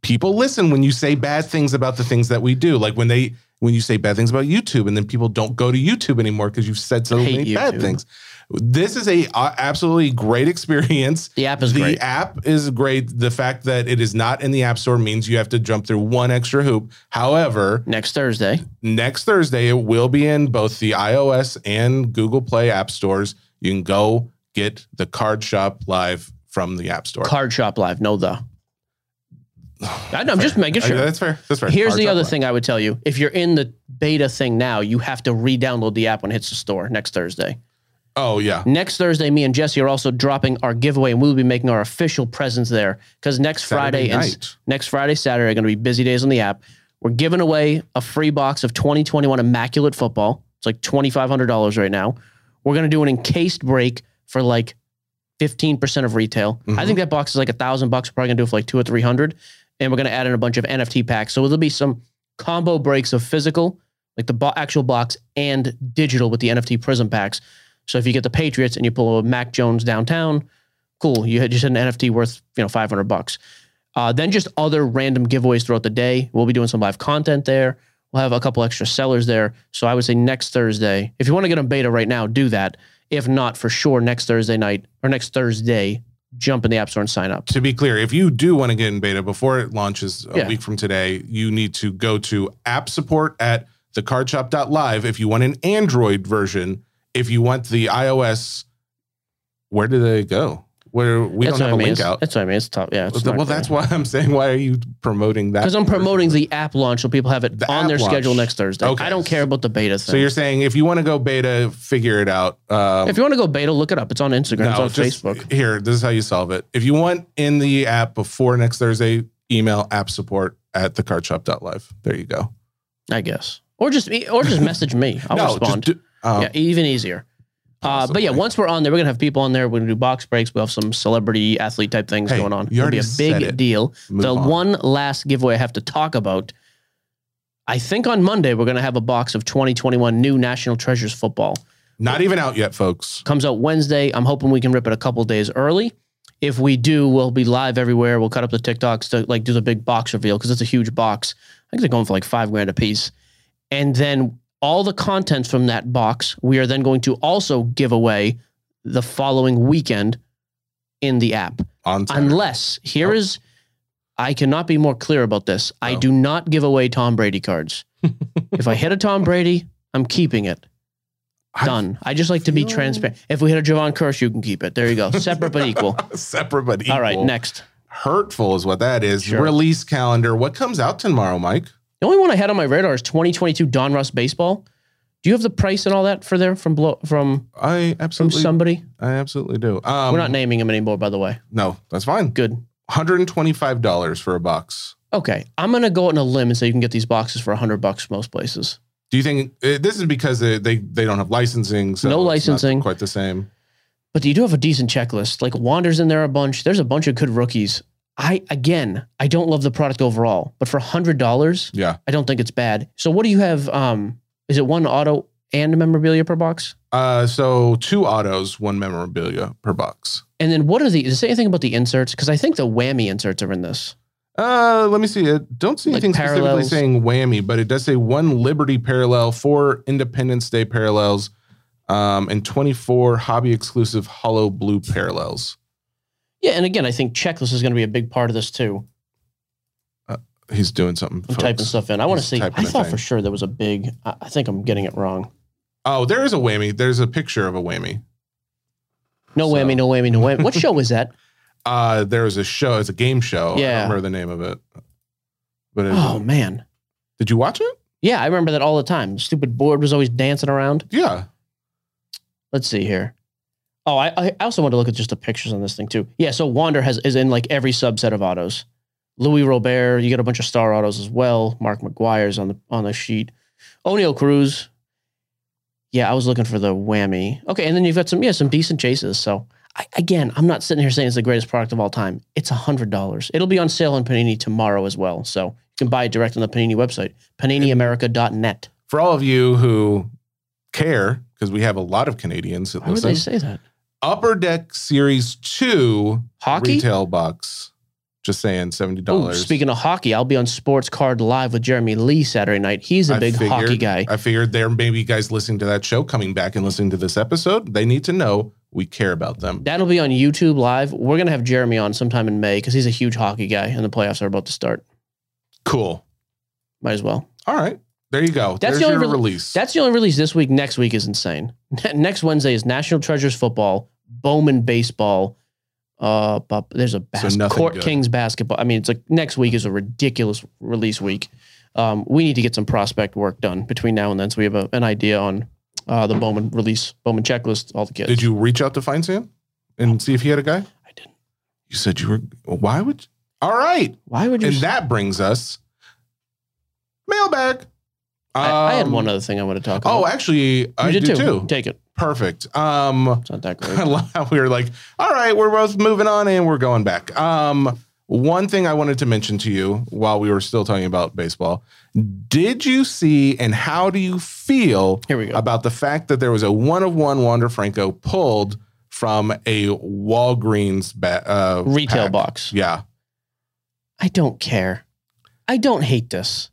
Speaker 2: people listen when you say bad things about the things that we do. Like when they when you say bad things about YouTube, and then people don't go to YouTube anymore because you've said so
Speaker 3: Hate
Speaker 2: many bad
Speaker 3: YouTube.
Speaker 2: things. This is a uh, absolutely great experience.
Speaker 3: the app is
Speaker 2: the
Speaker 3: great.
Speaker 2: app is great. The fact that it is not in the app store means you have to jump through one extra hoop. However,
Speaker 3: Next Thursday,
Speaker 2: next Thursday it will be in both the iOS and Google Play app stores. You can go get the card shop live from the app store.
Speaker 3: Card Shop Live. No, the. I know, I'm just making
Speaker 2: Uh,
Speaker 3: sure.
Speaker 2: That's fair. That's fair.
Speaker 3: Here's
Speaker 2: Card
Speaker 3: the
Speaker 2: Shop
Speaker 3: other
Speaker 2: Live.
Speaker 3: thing I would tell you. If you're in the beta thing now, you have to re-download the app when it hits the store next Thursday.
Speaker 2: Oh yeah.
Speaker 3: Next Thursday, me and Jesse are also dropping our giveaway and we'll be making our official presence there. Because next Friday
Speaker 2: Saturday
Speaker 3: and
Speaker 2: night.
Speaker 3: s- next Friday, Saturday are gonna be busy days on the app. We're giving away a free box of 2021 Immaculate Football. It's like $2,500 right now. We're gonna do an encased break for like 15% of retail. I think that box is like a thousand bucks. We're probably gonna do it for like two or three hundred. And we're gonna add in a bunch of NFT packs. So there'll be some combo breaks of physical, like the bo- actual box, and digital with the NFT prism packs. So if you get the Patriots and you pull a Mac Jones downtown, cool. You had just had an NFT worth, you know, five hundred bucks. Uh, then just other random giveaways throughout the day. We'll be doing some live content there. We'll have a couple extra sellers there. So I would say next Thursday, if you want to get on beta right now, do that. If not, for sure, next Thursday night or next Thursday, jump in the App Store and sign up.
Speaker 2: To be clear, if you do want to get in beta before it launches a
Speaker 3: Yeah.
Speaker 2: week from today, you need to go to app support at thecardshop.live if you want an Android version. If you want the iOS, where do they go? where we
Speaker 3: that's
Speaker 2: don't have
Speaker 3: what I
Speaker 2: a
Speaker 3: mean.
Speaker 2: link
Speaker 3: It's-
Speaker 2: out.
Speaker 3: That's what I mean. It's tough. Yeah. it's
Speaker 2: well,
Speaker 3: not great.
Speaker 2: that's why I'm saying, why are you promoting that?
Speaker 3: Because I'm
Speaker 2: version?
Speaker 3: promoting the app launch so people have it
Speaker 2: The
Speaker 3: on their
Speaker 2: app launch.
Speaker 3: schedule next Thursday.
Speaker 2: Okay.
Speaker 3: I don't care about the beta thing.
Speaker 2: So you're saying if you want to go beta, figure it out. Um,
Speaker 3: if you want to go beta, look it up. It's on Instagram. it's on
Speaker 2: just-
Speaker 3: Facebook.
Speaker 2: Here, this is how you solve it. If you want in the app before next Thursday, email app support at thecardshop.live. There you go.
Speaker 3: I guess, or just or just message me. I'll
Speaker 2: No, just
Speaker 3: respond.
Speaker 2: do- oh,
Speaker 3: yeah, even easier. Uh, but yeah,
Speaker 2: Possibly.
Speaker 3: once we're on there, we're gonna have people on there. We're gonna do box breaks. We'll have some celebrity athlete type things
Speaker 2: Hey,
Speaker 3: going on.
Speaker 2: you
Speaker 3: It'll be a
Speaker 2: already said
Speaker 3: big
Speaker 2: it.
Speaker 3: deal.
Speaker 2: move
Speaker 3: the
Speaker 2: on.
Speaker 3: one last giveaway I have to talk about. I think on Monday we're gonna have a box of 2021 new National Treasures football.
Speaker 2: not even out yet, folks.
Speaker 3: Comes out Wednesday. I'm hoping we can rip it a couple days early. If we do, we'll be live everywhere. We'll cut up the TikToks to like do the big box reveal because it's a huge box. I think they're going for like five grand a piece. And then all the contents from that box, we are then going to also give away the following weekend in the app.
Speaker 2: On Saturday.
Speaker 3: Unless here
Speaker 2: Oh.
Speaker 3: is, I cannot be more clear about this. I
Speaker 2: Oh.
Speaker 3: do not give away Tom Brady cards. if I hit a Tom Brady, I'm keeping it.
Speaker 2: I-
Speaker 3: Done. I just like to be
Speaker 2: feel-
Speaker 3: transparent. If we hit a Javon Curse, you can keep it. There you go. Separate but equal.
Speaker 2: separate but equal.
Speaker 3: All right, next.
Speaker 2: Hurtful is what that is.
Speaker 3: Sure.
Speaker 2: Release calendar. What comes out tomorrow, Mike?
Speaker 3: The only one I had on my radar is 2022 Don Russ Baseball. Do you have the price and all that for there from blow, from
Speaker 2: I
Speaker 3: from
Speaker 2: absolutely,
Speaker 3: somebody?
Speaker 2: I absolutely do. Um,
Speaker 3: We're not naming him anymore, by the way.
Speaker 2: No, that's fine.
Speaker 3: Good.
Speaker 2: $125 for a box.
Speaker 3: Okay, I'm gonna go out on a limb and say you can get these boxes for 100 bucks most places.
Speaker 2: Do you think uh, this is because they they, they don't have licensing? So
Speaker 3: No
Speaker 2: it's not
Speaker 3: licensing.
Speaker 2: quite the same.
Speaker 3: but you do have a decent checklist. Like Wander's in there a bunch. There's a bunch of good rookies. I again, I don't love the product overall, but for hundred dollars,
Speaker 2: Yeah.
Speaker 3: I don't think it's bad. So what do you have? Um, is it one auto and memorabilia per box?
Speaker 2: Uh, so two autos, one memorabilia per box.
Speaker 3: And then what are the? Does it say anything about the inserts? Because I think the whammy inserts are in this.
Speaker 2: Uh, let me see. It don't see
Speaker 3: Like
Speaker 2: anything
Speaker 3: parallels.
Speaker 2: specifically saying whammy, but it does say one Liberty parallel, four Independence Day parallels, um, and twenty four hobby exclusive hollow blue parallels.
Speaker 3: Yeah, and again, I think checklist is going to be a big part of this too.
Speaker 2: He's doing something.
Speaker 3: I'm
Speaker 2: folks.
Speaker 3: typing stuff in. I want to
Speaker 2: He's
Speaker 3: see. I
Speaker 2: typing a
Speaker 3: thought
Speaker 2: thing.
Speaker 3: for sure there was a big. I, I think I'm getting it wrong.
Speaker 2: Oh, there is a whammy. There's a picture of a whammy.
Speaker 3: No
Speaker 2: So-
Speaker 3: whammy, no whammy, no whammy. What show was that?
Speaker 2: Uh, there is a show. It's a game show. I
Speaker 3: Yeah.
Speaker 2: don't remember the name of it. But it,
Speaker 3: Oh man,
Speaker 2: did you watch it?
Speaker 3: yeah, I remember that all the time. Stupid board was always dancing around.
Speaker 2: Yeah.
Speaker 3: let's see here. Oh, I, I I also want to look at just the pictures on this thing too. Yeah, so Wander has is in like every subset of autos. Louis Robert, you get a bunch of star autos as well. Mark McGuire's on the on the sheet. O'Neill Cruz. Yeah, I was looking for the whammy. Okay, and then you've got some yeah some decent chases. So I, again, I'm not sitting here saying it's the greatest product of all time. It's hundred dollars. It'll be on sale on Panini tomorrow as well. So you can buy it direct on the Panini website, PaniniAmerica.net.
Speaker 2: for all of you who care, because we have a lot of Canadians that
Speaker 3: Why would they
Speaker 2: listen,
Speaker 3: say that?
Speaker 2: Upper Deck Series 2
Speaker 3: Hockey.
Speaker 2: retail box. Just saying, $70.
Speaker 3: Ooh, speaking of hockey, I'll be on Sports Card Live with Jeremy Lee Saturday night. He's a
Speaker 2: I
Speaker 3: big
Speaker 2: figured-
Speaker 3: hockey guy.
Speaker 2: I figured there may be guys listening to that show coming back and listening to this episode. They need to know we care about them.
Speaker 3: That'll be on YouTube Live. We're going to have Jeremy on sometime in May because he's a huge hockey guy and the playoffs are about to start.
Speaker 2: Cool.
Speaker 3: Might as well.
Speaker 2: All right. There you go.
Speaker 3: That's
Speaker 2: There's
Speaker 3: the only
Speaker 2: your
Speaker 3: rel-
Speaker 2: release.
Speaker 3: That's the only release this week. Next week is insane. next Wednesday is National Treasures Football, Bowman Baseball. Uh, but there's a bas-
Speaker 2: nothing
Speaker 3: Court
Speaker 2: good.
Speaker 3: Kings basketball. I mean, it's like next week is a ridiculous release week. Um, we need to get some prospect work done between now and then, so we have a, an idea on uh, the Bowman release, Bowman checklist, all the kids.
Speaker 2: Did you reach out to find Sam and see if he had a guy?
Speaker 3: I didn't.
Speaker 2: You said you were. Why would. All right.
Speaker 3: Why would you?
Speaker 2: And that brings us mailbag.
Speaker 3: I, I had
Speaker 2: Um,
Speaker 3: one other thing I want to talk about.
Speaker 2: Oh, actually, I
Speaker 3: you
Speaker 2: did, too.
Speaker 3: Take it.
Speaker 2: Perfect. Um,
Speaker 3: It's not that
Speaker 2: I
Speaker 3: great.
Speaker 2: love how we were like, all right, we're both moving on and we're going back. Um, one thing I wanted to mention to you while we were still talking about baseball did you see and how do you feel
Speaker 3: Here we go.
Speaker 2: about the fact that there was a one of one Wander Franco pulled from a Walgreens ba- uh,
Speaker 3: Retail
Speaker 2: pack?
Speaker 3: box.
Speaker 2: Yeah.
Speaker 3: I don't care. I don't hate this.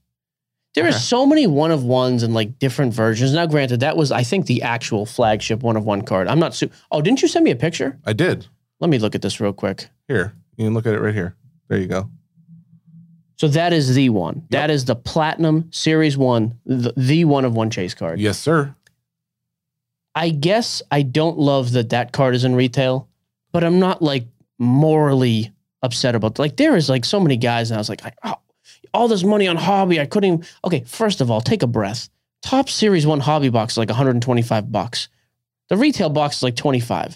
Speaker 3: There are
Speaker 2: Okay.
Speaker 3: so many one of ones and like different versions. Now, granted, that was I think the actual flagship one of one card. I'm not. Su- oh, didn't you send me a picture?
Speaker 2: I did.
Speaker 3: Let me look at this real quick.
Speaker 2: Here, you can look at it right here. There you go.
Speaker 3: So that is the one. That is the platinum series one, the, the one of one chase card.
Speaker 2: Yes, sir.
Speaker 3: I guess I don't love that that card is in retail. but I'm not like morally upset about. Like there is like so many guys, and I was like, I, oh, all this money on hobby, I couldn't. Even, okay, first of all, take a breath. Top Series One hobby box is like 125 bucks. The retail box is like 25.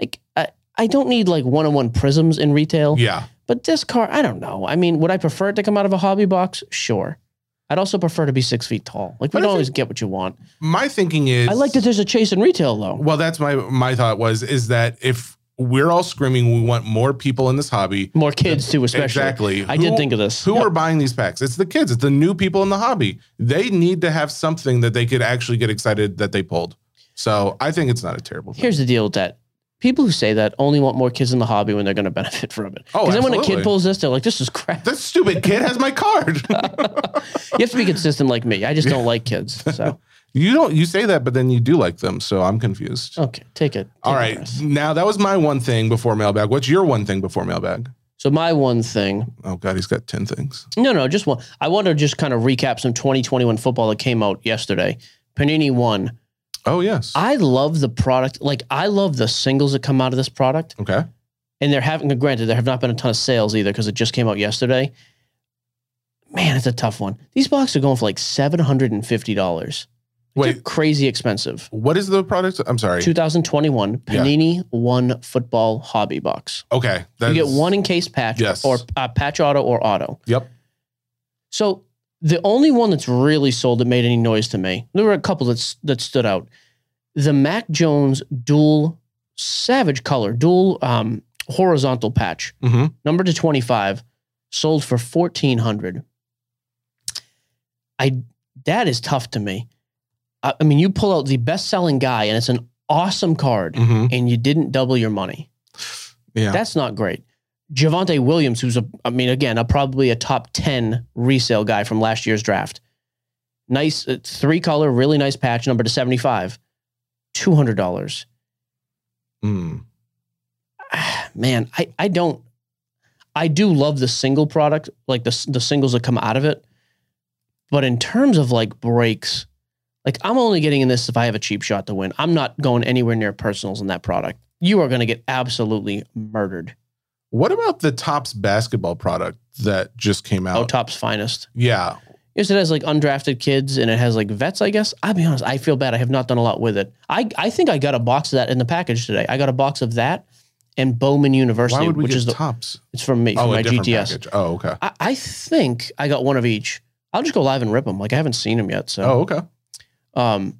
Speaker 3: Like I, I don't need like one on one prisms in retail.
Speaker 2: Yeah.
Speaker 3: But this car, I don't know. I mean, would I prefer it to come out of a hobby box? Sure. I'd also prefer to be six feet tall. Like
Speaker 2: But I
Speaker 3: we don't
Speaker 2: think-
Speaker 3: always get what you want.
Speaker 2: My thinking is
Speaker 3: I like that there's a chase in retail though.
Speaker 2: Well, that's my my thought was is that if we're all screaming we want more people in this hobby.
Speaker 3: More kids too, especially.
Speaker 2: Exactly.
Speaker 3: I did
Speaker 2: Who-
Speaker 3: think of this.
Speaker 2: Who are buying these packs? It's the kids. It's the new people in the hobby. They need to have something that they could actually get excited that they pulled. So I think it's not a terrible thing.
Speaker 3: Here's the deal with that. People who say that only want more kids in the hobby when they're going to benefit from it.
Speaker 2: Oh,
Speaker 3: Because then when a kid
Speaker 2: absolutely.
Speaker 3: pulls this, they're like, "This is crap."
Speaker 2: that stupid kid has my card.
Speaker 3: Uh, you have to be consistent, like me. I just don't like kids. So
Speaker 2: you don't. You say that, but then you do like them. So I'm confused.
Speaker 3: okay, take it.
Speaker 2: All right. Now that was my one thing before mailbag. What's your one thing before mailbag?
Speaker 3: So my one thing,
Speaker 2: Oh God, he's got ten things.
Speaker 3: no, no, just one. I want to just kind of recap some 2021 football that came out yesterday. Panini won.
Speaker 2: Oh yes.
Speaker 3: I love the product. Like I love the singles that come out of this product.
Speaker 2: okay.
Speaker 3: and they're having granted there have not been a ton of sales either because it just came out yesterday man it's a tough one these boxes are going for like $750 They're
Speaker 2: Wait.
Speaker 3: crazy expensive
Speaker 2: What is the product? I'm sorry.
Speaker 3: 2021
Speaker 2: Yeah.
Speaker 3: panini one football hobby box
Speaker 2: Okay. That's,
Speaker 3: you get one encased patch
Speaker 2: Yes.
Speaker 3: or uh, patch auto or auto
Speaker 2: Yep.
Speaker 3: so the only one that's really sold that made any noise to me there were a couple that's that stood out the mac jones dual savage color dual um, horizontal patch
Speaker 2: hmm
Speaker 3: number to 25 sold for 1400 i that is tough to me i, I mean you pull out the best selling guy and it's an awesome card
Speaker 2: hmm
Speaker 3: and you didn't double your money
Speaker 2: Yeah.
Speaker 3: that's not great Javante Williams, who's a, I mean, again, a probably a top ten resale guy from last year's draft. Nice uh, three color, really nice patch, number to seventy five, two hundred dollars.
Speaker 2: Mm.
Speaker 3: Ah, man, I, I don't. I do love the single product, like the the singles that come out of it. But in terms of like breaks, like I'm only getting in this if I have a cheap shot to win. I'm not going anywhere near personals in that product. You are going to get absolutely murdered.
Speaker 2: What about the Tops basketball product that just came out?
Speaker 3: Oh, top's finest.
Speaker 2: yeah.
Speaker 3: Yes, it has like undrafted kids and it has like vets. I guess I'll be honest. I feel bad. I have not done a lot with it. I I think I got a box of that in the package today. I got a box of that and Bowman
Speaker 2: Why
Speaker 3: University,
Speaker 2: would we
Speaker 3: which
Speaker 2: get
Speaker 3: is the,
Speaker 2: Tops?
Speaker 3: it's from me from
Speaker 2: Oh,
Speaker 3: my
Speaker 2: a different
Speaker 3: GTS.
Speaker 2: package. Oh, okay.
Speaker 3: I, I think I got one of each. I'll just go live and rip them. Like I haven't seen them yet,
Speaker 2: Oh,
Speaker 3: so
Speaker 2: okay.
Speaker 3: um,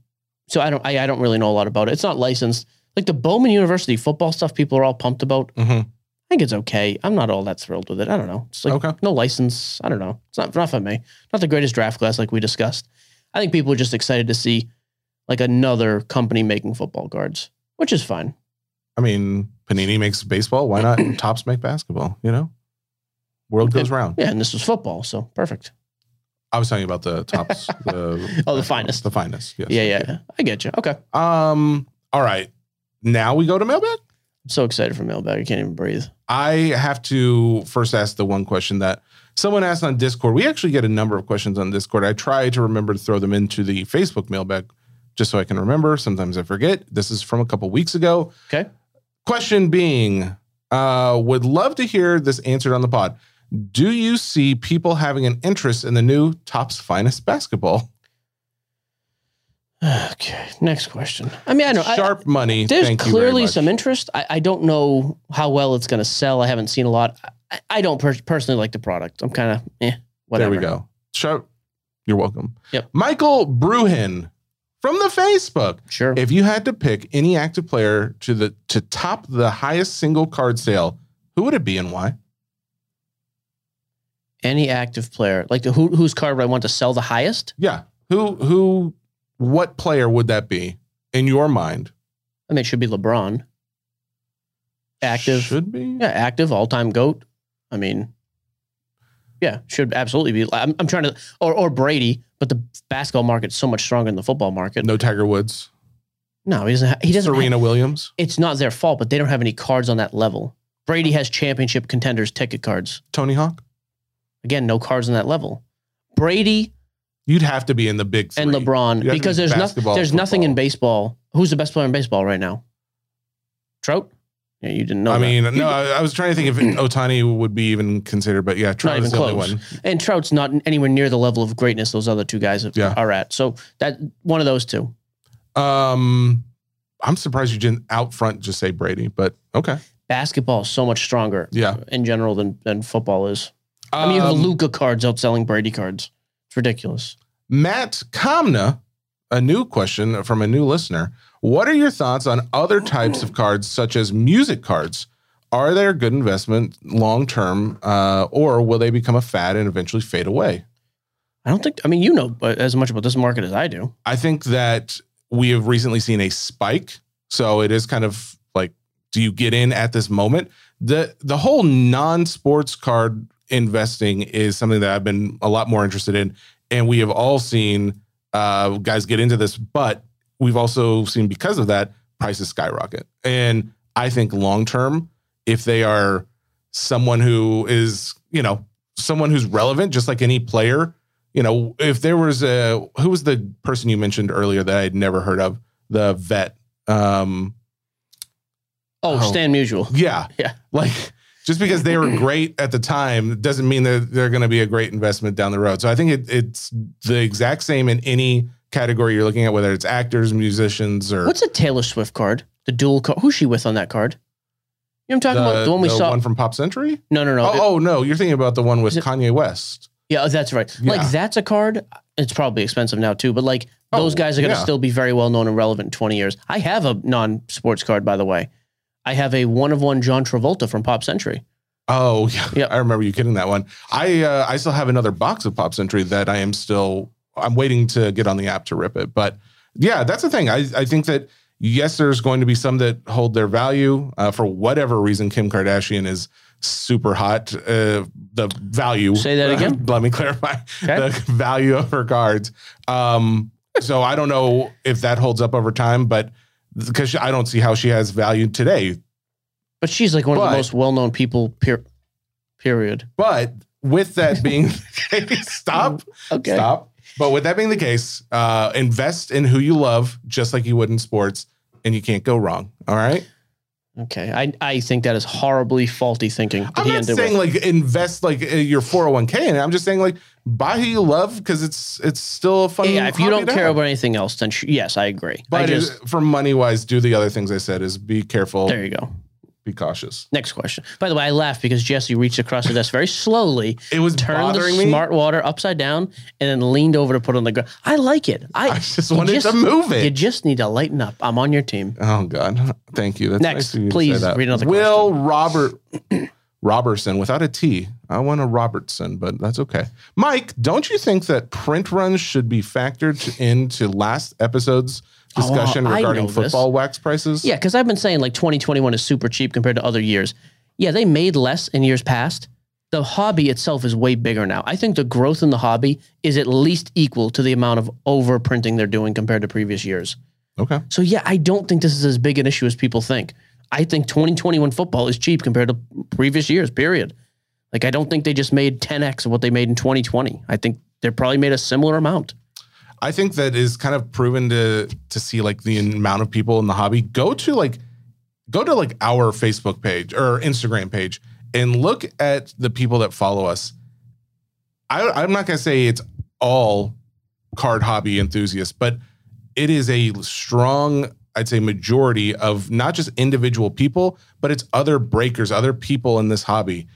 Speaker 3: so I don't I, I don't really know a lot about it. It's not licensed. Like the Bowman University football stuff, people are all pumped about.
Speaker 2: hmm
Speaker 3: I think it's okay. I'm not all that thrilled with it. I don't know. It's like
Speaker 2: okay.
Speaker 3: no license. I don't know. It's not not for me. Not the greatest draft class like we discussed. I think people are just excited to see like another company making football cards, which is fine.
Speaker 2: I mean, Panini makes baseball. Why not Tops make basketball? You know, world goes round.
Speaker 3: Yeah, and this was football, so perfect.
Speaker 2: I was talking about the Tops. the,
Speaker 3: Oh, the finest.
Speaker 2: The finest. Yes.
Speaker 3: yeah, yeah. I get you. Okay.
Speaker 2: Um. All right. Now we go to mailbag.
Speaker 3: I'm so excited for mailbag. I can't even breathe.
Speaker 2: I have to first ask the one question that someone asked on Discord. We actually get a number of questions on Discord. I try to remember to throw them into the Facebook mailbag just so I can remember. Sometimes I forget. This is from a couple weeks ago.
Speaker 3: Okay.
Speaker 2: Question being, uh, would love to hear this answered on the pod. Do you see people having an interest in the new Top's Finest basketball?
Speaker 3: Okay, next question. I mean, I know I-
Speaker 2: Sharp money.
Speaker 3: there's
Speaker 2: Thank you very
Speaker 3: clearly
Speaker 2: much.
Speaker 3: some interest. I, I don't know how well it's going to sell. I haven't seen a lot. I, I don't per- personally like the product. I'm kind of eh, whatever.
Speaker 2: There we go. Sharp. You're welcome.
Speaker 3: Yep.
Speaker 2: Michael Bruhin from the Facebook.
Speaker 3: Sure.
Speaker 2: If you had to pick any active player to the to top the highest single card sale, who would it be and why?
Speaker 3: Any active player, like the, who, whose card would I want to sell the highest?
Speaker 2: Yeah, who who what player would that be in your mind?
Speaker 3: I mean, it should be LeBron. Active.
Speaker 2: should be.
Speaker 3: Yeah, active, all time GOAT. I mean, yeah, should absolutely be. I'm, I'm trying to, or, or Brady, but the basketball market's so much stronger than the football market. No,
Speaker 2: No Tiger Woods.
Speaker 3: he doesn't. Ha- he doesn't. ha-
Speaker 2: Serena Williams.
Speaker 3: it's not their fault, but they don't have any cards on that level. Brady has championship contenders ticket cards.
Speaker 2: Tony Hawk.
Speaker 3: Again, no cards on that level. Brady
Speaker 2: You'd have to be in the big three.
Speaker 3: and LeBron
Speaker 2: You have to
Speaker 3: because
Speaker 2: be
Speaker 3: there's nothing.
Speaker 2: basketball,
Speaker 3: There's nothing in
Speaker 2: football.
Speaker 3: baseball. Who's the best player in baseball right now? Trout. Yeah, you didn't know.
Speaker 2: I
Speaker 3: that.
Speaker 2: mean, no, I, I was trying to think if Otani would be even considered, but yeah, Trout
Speaker 3: even
Speaker 2: is the only
Speaker 3: close.
Speaker 2: one.
Speaker 3: and Trout's not anywhere near the level of greatness those other two guys have-
Speaker 2: Yeah.
Speaker 3: are at. So that one of those two.
Speaker 2: Um, I'm surprised you didn't out front just say Brady, but okay,
Speaker 3: Basketball is so much stronger
Speaker 2: yeah.
Speaker 3: in general than, than football is. I mean, you have
Speaker 2: Um,
Speaker 3: the Luca cards outselling Brady cards. It's ridiculous.
Speaker 2: Matt Comna, a new question from a new listener. What are your thoughts on other types of cards, such as music cards? Are they a good investment long term, uh, or will they become a fad and eventually fade away?
Speaker 3: I don't think. I mean, you know uh, as much about this market as I do.
Speaker 2: I think that we have recently seen a spike. So it is kind of like, do you get in at this moment? The the whole non-sports card investing is something that I've been a lot more interested in. And we have all seen uh, guys get into this, but we've also seen because of that, prices skyrocket. And I think long term, if they are someone who is, you know, someone who's relevant, just like any player, you know, if there was a who was the person you mentioned earlier that I had never heard of, the vet. Um,
Speaker 3: Oh,
Speaker 2: Oh.
Speaker 3: Stan Musial.
Speaker 2: yeah,
Speaker 3: Yeah.
Speaker 2: Like just because they were great at the time doesn't mean that they're going to be a great investment down the road. So I think it, it's the exact same in any category you're looking at, whether it's actors, musicians, or
Speaker 3: What's a Taylor Swift card? The dual card. Who's she with on that card? You know what I'm talking about? The one we
Speaker 2: the
Speaker 3: saw.
Speaker 2: one from Pop Century.
Speaker 3: no, no, no. It-
Speaker 2: Oh, oh no, you're thinking about the one with
Speaker 3: Is it-
Speaker 2: Kanye West.
Speaker 3: yeah, that's right.
Speaker 2: Yeah.
Speaker 3: Like that's a card. It's probably expensive now too, but like those
Speaker 2: Oh,
Speaker 3: guys are going to
Speaker 2: yeah.
Speaker 3: still be very well known and relevant in 20 years. I have a non-sports card, by the way. I have a one of one John Travolta from Pop Century.
Speaker 2: Oh yeah,
Speaker 3: Yeah.
Speaker 2: I remember you kidding that one. I uh, I still have another box of Pop Century that I am still I'm waiting to get on the app to rip it. But yeah, that's the thing. I I think that yes, there's going to be some that hold their value uh, for whatever reason. Kim Kardashian is super hot. Uh, the value.
Speaker 3: Say that again?
Speaker 2: Let me clarify
Speaker 3: Okay.
Speaker 2: the value of her cards. Um, so I don't know if that holds up over time, but because I don't see how she has value today.
Speaker 3: But she's like one of
Speaker 2: But-
Speaker 3: the most well known people, per- period.
Speaker 2: But with that being the case, stop,
Speaker 3: Okay.
Speaker 2: stop. But with that being the case, uh, invest in who you love, just like you would in sports, and you can't go wrong. All right.
Speaker 3: Okay. I, I think that is horribly faulty thinking. that
Speaker 2: I'm
Speaker 3: he
Speaker 2: not
Speaker 3: ended
Speaker 2: saying
Speaker 3: with.
Speaker 2: like invest like uh, your 401k, and I'm just saying like buy who you love because it's it's still a fun.
Speaker 3: yeah, if you
Speaker 2: hobby
Speaker 3: don't
Speaker 2: to
Speaker 3: care
Speaker 2: have.
Speaker 3: about anything else, then sh- yes, I agree. I
Speaker 2: But
Speaker 3: just,
Speaker 2: is- for money wise, do the other things I said: is be careful,
Speaker 3: there you go.
Speaker 2: be cautious.
Speaker 3: Next question. By the way, I laughed because Jesse reached across the desk very slowly,
Speaker 2: It was
Speaker 3: turned the
Speaker 2: bothering me.
Speaker 3: smart water upside down, and then leaned over to put it on the ground. I like it. I,
Speaker 2: I just
Speaker 3: you
Speaker 2: wanted to move it.
Speaker 3: You just need to lighten up. I'm on your team.
Speaker 2: Oh God, thank you. That's
Speaker 3: Next,
Speaker 2: nice of you to
Speaker 3: please
Speaker 2: say that.
Speaker 3: read another
Speaker 2: Will Robert Robertson without a T? I want a Robertson, but that's okay. Mike, don't you think that print runs should be factored into last episode's
Speaker 3: Oh, well,
Speaker 2: discussion
Speaker 3: I
Speaker 2: regarding
Speaker 3: know this.
Speaker 2: football wax prices?
Speaker 3: Yeah, because I've been saying like 2021 is super cheap compared to other years. Yeah, they made less in years past. The hobby itself is way bigger now. I think the growth in the hobby is at least equal to the amount of overprinting they're doing compared to previous years.
Speaker 2: Okay.
Speaker 3: So yeah, I don't think this is as big an issue as people think. I think 2021 football is cheap compared to previous years, period. Like I don't think they just made 10x of what they made in 2020. I think they probably made a similar amount.
Speaker 2: I think that is kind of proven to to see like the amount of people in the hobby go to like go to like our Facebook page or Instagram page and look at the people that follow us. I, I'm not gonna say it's all card hobby enthusiasts, but it is a strong, I'd say, majority of not just individual people, but it's other breakers, other people in this hobby.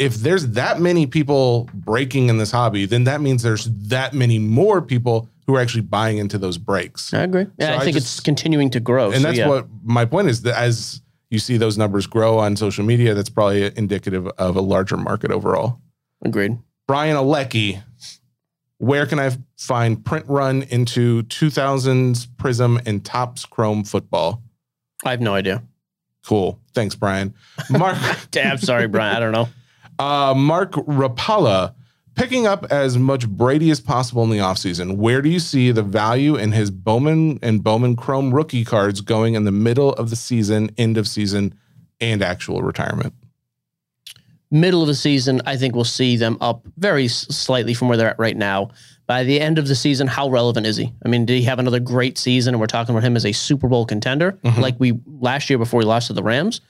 Speaker 2: If there's that many people breaking in this hobby, then that means there's that many more people who are actually buying into those breaks.
Speaker 3: I agree. Yeah,
Speaker 2: So
Speaker 3: I
Speaker 2: I
Speaker 3: think
Speaker 2: just-
Speaker 3: it's continuing to grow.
Speaker 2: And
Speaker 3: Oh, So,
Speaker 2: that's
Speaker 3: yeah.
Speaker 2: what my point is that as you see those numbers grow on social media, that's probably indicative of a larger market overall.
Speaker 3: agreed.
Speaker 2: Brian Alecki, where can I find print run into 2000s Prism and Topps Chrome football?
Speaker 3: I have no idea.
Speaker 2: Cool. Thanks, Brian. Mark
Speaker 3: Damn, sorry, Brian. I don't know.
Speaker 2: uh, Mark Rapala, picking up as much Brady as possible in the offseason. Where do you see the value in his Bowman and Bowman Chrome rookie cards going in the middle of the season, end of season, and actual retirement?
Speaker 3: Middle of the season, I think we'll see them up very s- slightly from where they're at right now. By the end of the season, how relevant is he? I mean, did he have another great season? And we're talking about him as a Super Bowl contender,
Speaker 2: Mhm.
Speaker 3: like we last year before he lost to the Rams.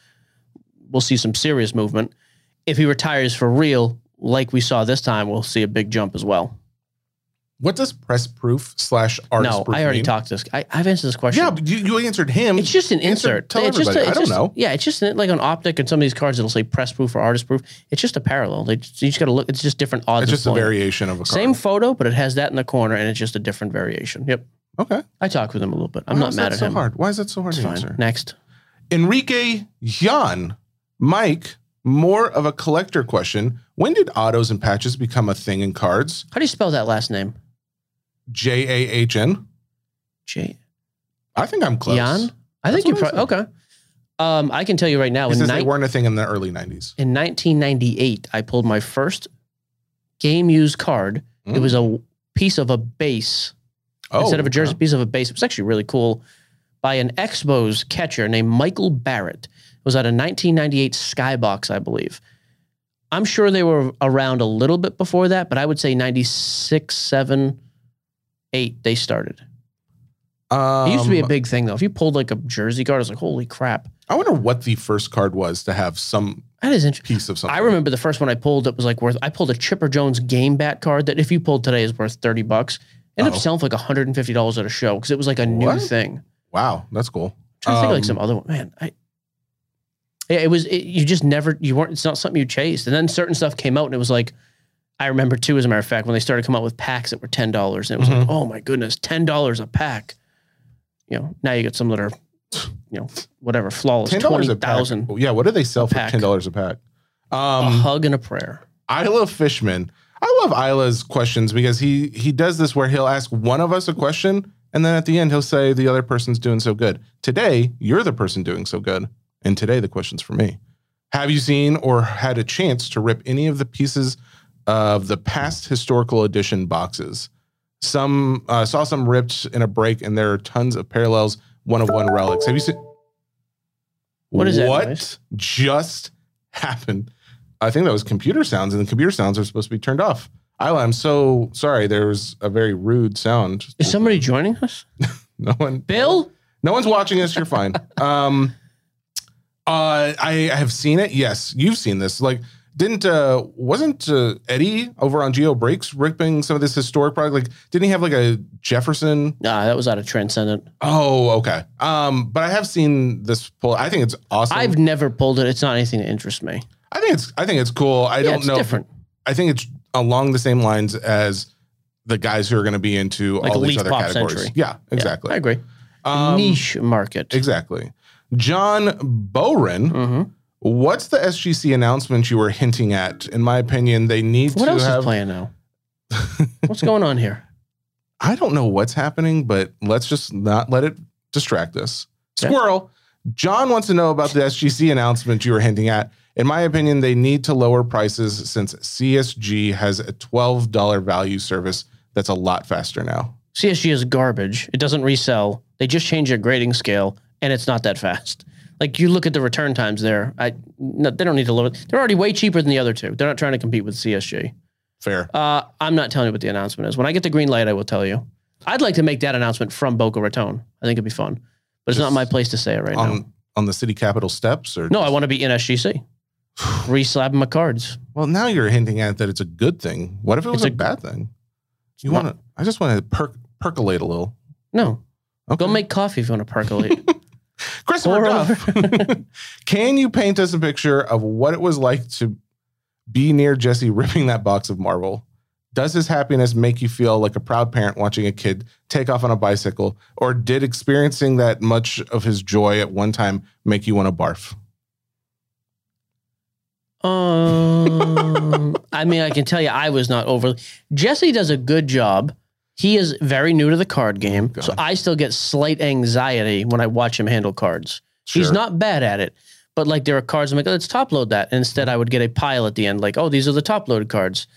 Speaker 3: we'll see some serious movement. If he retires for real, like we saw this time, we'll see a big jump as well.
Speaker 2: What does press proof slash artist
Speaker 3: no,
Speaker 2: proof
Speaker 3: I already
Speaker 2: mean?
Speaker 3: talked this. I, I've answered this question.
Speaker 2: Yeah, but you, you answered him.
Speaker 3: It's just an
Speaker 2: Answer-
Speaker 3: insert.
Speaker 2: tell
Speaker 3: it's just
Speaker 2: everybody.
Speaker 3: A, it's
Speaker 2: I don't
Speaker 3: just-
Speaker 2: know.
Speaker 3: Yeah, it's just an, like on optic and some of these cards it'll say press proof or artist proof. It's just a parallel. They just, you just got to look. It's just different odds.
Speaker 2: it's
Speaker 3: of
Speaker 2: just a
Speaker 3: playing.
Speaker 2: variation of a card.
Speaker 3: same photo, but it has that in the corner, and it's just a different variation. Yep.
Speaker 2: Okay.
Speaker 3: I talked with him a little bit. I'm
Speaker 2: Why
Speaker 3: not
Speaker 2: was
Speaker 3: mad
Speaker 2: that
Speaker 3: at
Speaker 2: so
Speaker 3: him.
Speaker 2: Hard? Why is that so hard
Speaker 3: It's
Speaker 2: to
Speaker 3: fine.
Speaker 2: answer?
Speaker 3: Next.
Speaker 2: Enrique Jan, Mike, more of a collector question. When did autos and patches become a thing in cards?
Speaker 3: How do you spell that last name?
Speaker 2: J A H N.
Speaker 3: J.
Speaker 2: I think I'm close.
Speaker 3: Jan. I
Speaker 2: That's
Speaker 3: think you
Speaker 2: what I
Speaker 3: probably okay. Um, I can tell you right now.
Speaker 2: He
Speaker 3: In,
Speaker 2: says
Speaker 3: ni-
Speaker 2: they weren't a thing in the early 90s.
Speaker 3: in 1998, I pulled my first game used card. It
Speaker 2: Mm.
Speaker 3: was a piece of a base
Speaker 2: Oh,
Speaker 3: instead of a jersey piece of a base. It was actually really cool by an Expos catcher named Michael Barrett. It was out of 1998 Skybox, I believe. I'm sure they were around a little bit before that, but I would say 96, 7, 8, they started.
Speaker 2: Um,
Speaker 3: It used to be a big thing, though. If you pulled like a jersey card, it was like, holy crap.
Speaker 2: I wonder what the first card was to have some
Speaker 3: That is interesting.
Speaker 2: piece of something.
Speaker 3: I remember the first one I pulled that was like worth, I pulled a Chipper Jones game bat card that if you pulled today is worth 30 bucks. Ended
Speaker 2: Oh.
Speaker 3: up selling for like $150 at a show because it was like a new
Speaker 2: What?
Speaker 3: thing.
Speaker 2: Wow, that's cool.
Speaker 3: trying to think of
Speaker 2: Um,
Speaker 3: like some other one. Man, I yeah, it was it, you just never you weren't. It's not something you chased. And then certain stuff came out, and it was like I remember too. As a matter of fact, when they started to come out with packs that were ten dollars, and it was
Speaker 2: Mm-hmm.
Speaker 3: like, oh my goodness, ten dollars a pack. You know, now you get some that are, you know, whatever flawless
Speaker 2: Ten dollars
Speaker 3: twenty
Speaker 2: a pack.
Speaker 3: thousand,
Speaker 2: Yeah, what do they sell for
Speaker 3: pack.
Speaker 2: ten dollars a pack?
Speaker 3: a
Speaker 2: Um,
Speaker 3: hug and a prayer.
Speaker 2: Isla Fishman. I love Isla's questions because he he does this where he'll ask one of us a question and then at the end he'll say the other person's doing so good. Today, you're the person doing so good, and today the question's for me. Have you seen or had a chance to rip any of the pieces of the past historical edition boxes? Some uh, saw some ripped in a break, and there are tons of parallels. One of one relics. Have you seen?
Speaker 3: What is that
Speaker 2: What
Speaker 3: noise?
Speaker 2: just happened? I think that was computer sounds, and the computer sounds are supposed to be turned off. Isla, I'm so sorry. There was a very rude sound.
Speaker 3: Is somebody joining us?
Speaker 2: No one.
Speaker 3: Bill,
Speaker 2: No one's watching us. You're fine. Um, uh, I I have seen it. Yes, you've seen this. Like, didn't uh, wasn't uh, Eddie over on Geo Breaks ripping some of this historic product? Like, didn't he have like a Jefferson?
Speaker 3: nah, that was out of transcendent.
Speaker 2: Oh, okay. Um, but I have seen this pull. I think it's awesome.
Speaker 3: I've never pulled it. It's not anything that interests me.
Speaker 2: I think it's I think it's cool. I
Speaker 3: yeah,
Speaker 2: don't
Speaker 3: it's
Speaker 2: know. if-
Speaker 3: different.
Speaker 2: I think it's along the same lines as the guys who are going to be into
Speaker 3: Like
Speaker 2: all these
Speaker 3: Leaf
Speaker 2: other
Speaker 3: Pop
Speaker 2: categories.
Speaker 3: Century.
Speaker 2: Yeah,
Speaker 3: Yeah,
Speaker 2: exactly.
Speaker 3: I agree.
Speaker 2: Um,
Speaker 3: Niche market.
Speaker 2: Exactly. John Bowren.
Speaker 3: hmm
Speaker 2: What's the SGC announcement you were hinting at? In my opinion, they need
Speaker 3: What
Speaker 2: to
Speaker 3: else
Speaker 2: have.
Speaker 3: is playing now? What's going on here?
Speaker 2: I don't know what's happening, but let's just not let it distract us.
Speaker 3: Okay.
Speaker 2: Squirrel. John wants to know about the SGC announcement you were hinting at. In my opinion, they need to lower prices since CSG has a twelve dollar value service that's a lot faster now.
Speaker 3: CSG is garbage. It doesn't resell. They just changed their grading scale, and it's not that fast. Like you look at the return times there. I no, they don't need to lower. They're already way cheaper than the other two. They're not trying to compete with CSG.
Speaker 2: Fair.
Speaker 3: Uh, I'm not telling you what the announcement is. When I get the green light, I will tell you. I'd like to make that announcement from Boca Raton. I think it'd be fun, but it's
Speaker 2: Just
Speaker 3: not my place to say it right now.
Speaker 2: on on the city capitol steps or
Speaker 3: No, I want to be in SGC. Reslab my cards.
Speaker 2: Well, now you're hinting at that it's a good thing. What if it was
Speaker 3: It's
Speaker 2: a
Speaker 3: a-
Speaker 2: bad thing? You
Speaker 3: Not-
Speaker 2: want to? I just want to perk, percolate a little.
Speaker 3: No,
Speaker 2: Okay.
Speaker 3: go make coffee if you want to percolate.
Speaker 2: Christopher
Speaker 3: Pour
Speaker 2: Duff. Can you paint us a picture of what it was like to be near Jesse ripping that box of Marvel? Does his happiness make you feel like a proud parent watching a kid take off on a bicycle, or did experiencing that much of his joy at one time make you want to barf?
Speaker 3: Um, I mean, I can tell you, I was not overly. Jesse does a good job. He is very new to the card game, so
Speaker 2: God.
Speaker 3: I still get slight anxiety when I watch him handle cards. He's
Speaker 2: Sure.
Speaker 3: not bad at it, but like there are cards I'm like, "Oh, let's top load that. And instead, I would get a pile at the end, like, oh, these are the top loaded cards.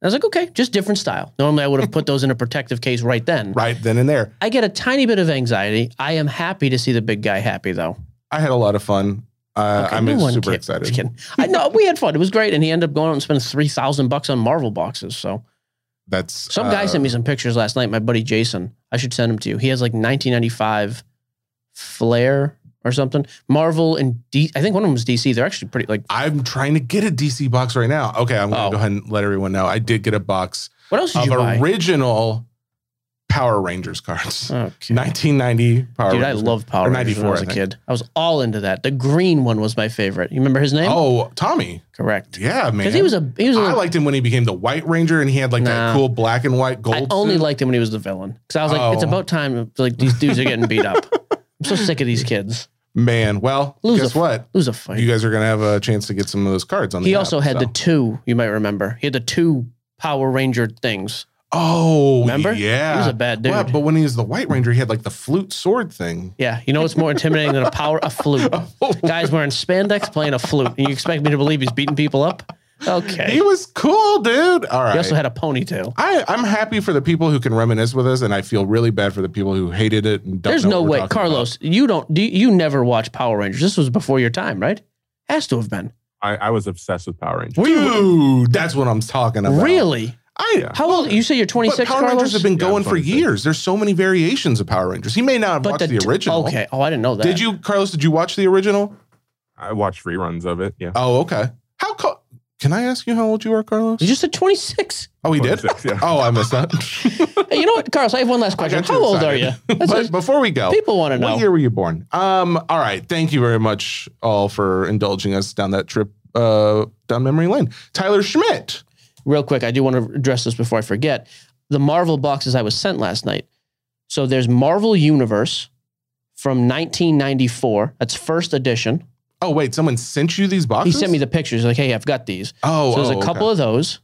Speaker 3: And I was like, okay, just different style. Normally, I would have put those in a protective case right then.
Speaker 2: right then and there.
Speaker 3: I get a tiny bit of anxiety. I am happy to see the big guy happy though.
Speaker 2: I had a lot of fun. Uh,
Speaker 3: Okay,
Speaker 2: I'm
Speaker 3: no one
Speaker 2: super
Speaker 3: kid-
Speaker 2: excited.
Speaker 3: Just kidding. I know we had fun. It was great, and he ended up going out and spending three thousand bucks on Marvel boxes. So
Speaker 2: That's
Speaker 3: some guy
Speaker 2: uh,
Speaker 3: sent me some pictures last night. My buddy Jason, I should send him to you. He has like nineteen ninety five Flair or something. Marvel and D. I think one of them was DC. They're actually pretty like.
Speaker 2: I'm trying to get a DC box right now. Okay, I'm gonna
Speaker 3: Oh.
Speaker 2: go ahead and let everyone know I did get a box
Speaker 3: What else did
Speaker 2: of
Speaker 3: you buy?
Speaker 2: original Power Rangers cards.
Speaker 3: Oh, okay.
Speaker 2: 1990 Power
Speaker 3: Dude, I
Speaker 2: Rangers.
Speaker 3: love Power
Speaker 2: Or
Speaker 3: Rangers when
Speaker 2: 94,
Speaker 3: I was
Speaker 2: I
Speaker 3: a
Speaker 2: think.
Speaker 3: kid. I was all into that. The green one was my favorite. You remember his name?
Speaker 2: Oh, Tommy.
Speaker 3: correct.
Speaker 2: Yeah, man.
Speaker 3: Because he was a he was. a
Speaker 2: I liked him when he became the White Ranger and he had like that
Speaker 3: Nah.
Speaker 2: cool black and white gold.
Speaker 3: I only
Speaker 2: suit.
Speaker 3: liked him when he was the villain. Because I was like, it's
Speaker 2: Oh.
Speaker 3: about time. Like these dudes are getting beat up. I'm so sick of these kids.
Speaker 2: man. Well,
Speaker 3: Loser.
Speaker 2: guess what?
Speaker 3: Lose a fight.
Speaker 2: You guys are gonna have a chance to get some of those cards on.
Speaker 3: he
Speaker 2: the
Speaker 3: also
Speaker 2: app,
Speaker 3: had
Speaker 2: so.
Speaker 3: the two. You might remember. He had the two Power Ranger things.
Speaker 2: oh,
Speaker 3: Remember?
Speaker 2: Yeah,
Speaker 3: He was a bad dude.
Speaker 2: Well, but when he was the White Ranger, he had like the flute sword thing.
Speaker 3: yeah, you know what's more intimidating than a power a flute?
Speaker 2: Oh.
Speaker 3: Guy's wearing spandex playing a flute, and you expect me to believe he's beating people up? Okay.
Speaker 2: He was cool, dude. All right.
Speaker 3: He also had a ponytail.
Speaker 2: I, I'm happy for the people who can reminisce with us, and I feel really bad for the people who hated it. And don't
Speaker 3: There's
Speaker 2: know
Speaker 3: no
Speaker 2: what we're
Speaker 3: way,
Speaker 2: talking about.
Speaker 3: Carlos. You don't. Do you, you never watch Power Rangers? This was before your time, right? Has to have been.
Speaker 4: I, I was obsessed with Power Rangers.
Speaker 2: Dude, that's what I'm talking about.
Speaker 3: Really?
Speaker 2: I uh,
Speaker 3: How old? You say you're 26,
Speaker 2: But Power
Speaker 3: Carlos.
Speaker 2: Rangers have been
Speaker 4: Yeah, I'm
Speaker 2: going for
Speaker 4: 26.
Speaker 2: years. There's so many variations of Power Rangers. He may not have watched the,
Speaker 3: t-
Speaker 2: original.
Speaker 3: Okay. Oh, I didn't know that.
Speaker 2: Did you, Carlos? Did you watch the original?
Speaker 4: I watched reruns of it. Yeah.
Speaker 2: Oh, okay. How? Co- can I ask you how old you are, Carlos?
Speaker 3: You just said 26.
Speaker 2: oh, he did.
Speaker 4: 26, yeah.
Speaker 2: Oh, I missed that.
Speaker 3: Hey, you know what, Carlos? I have one last
Speaker 2: I
Speaker 3: question.
Speaker 2: got too
Speaker 3: How old are you?
Speaker 2: excited.
Speaker 3: That's
Speaker 2: but
Speaker 3: what
Speaker 2: before we go,
Speaker 3: people want to
Speaker 2: What
Speaker 3: know.
Speaker 2: year were you born? Um, all right. Thank you very much all for indulging us down that trip uh down memory lane. Tyler Schmidt.
Speaker 3: Real quick, I do want to address this before I forget. The Marvel boxes I was sent last night. So there's Marvel Universe from 1994. That's first edition.
Speaker 2: Oh, wait, someone sent you these
Speaker 3: He
Speaker 2: boxes?
Speaker 3: sent me the pictures. Like, hey, I've got these.
Speaker 2: Oh,
Speaker 3: so there's
Speaker 2: oh,
Speaker 3: a couple
Speaker 2: okay.
Speaker 3: of those.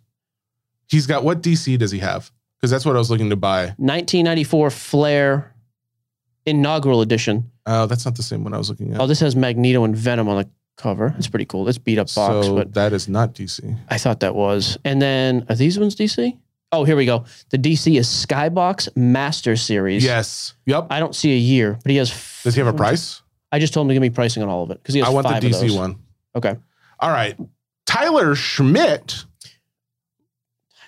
Speaker 2: He's got what DC does he have? Because that's what I was looking to buy.
Speaker 3: 1994 Flair inaugural edition.
Speaker 2: Oh, that's not the same one I was looking at.
Speaker 3: Oh, this has Magneto and Venom on the cover. It's pretty cool. It's beat up box,
Speaker 2: so
Speaker 3: but
Speaker 2: that is not DC.
Speaker 3: I thought that was. And then are these ones DC? Oh, here we go. The DC is Skybox Master Series.
Speaker 2: Yes. Yep.
Speaker 3: I don't see a year, but he has. f-
Speaker 2: does he have a price?
Speaker 3: I just told him to give me pricing on all of it because he has.
Speaker 2: I want the
Speaker 3: five of
Speaker 2: DC
Speaker 3: those.
Speaker 2: one.
Speaker 3: Okay.
Speaker 2: All right. Tyler Schmidt.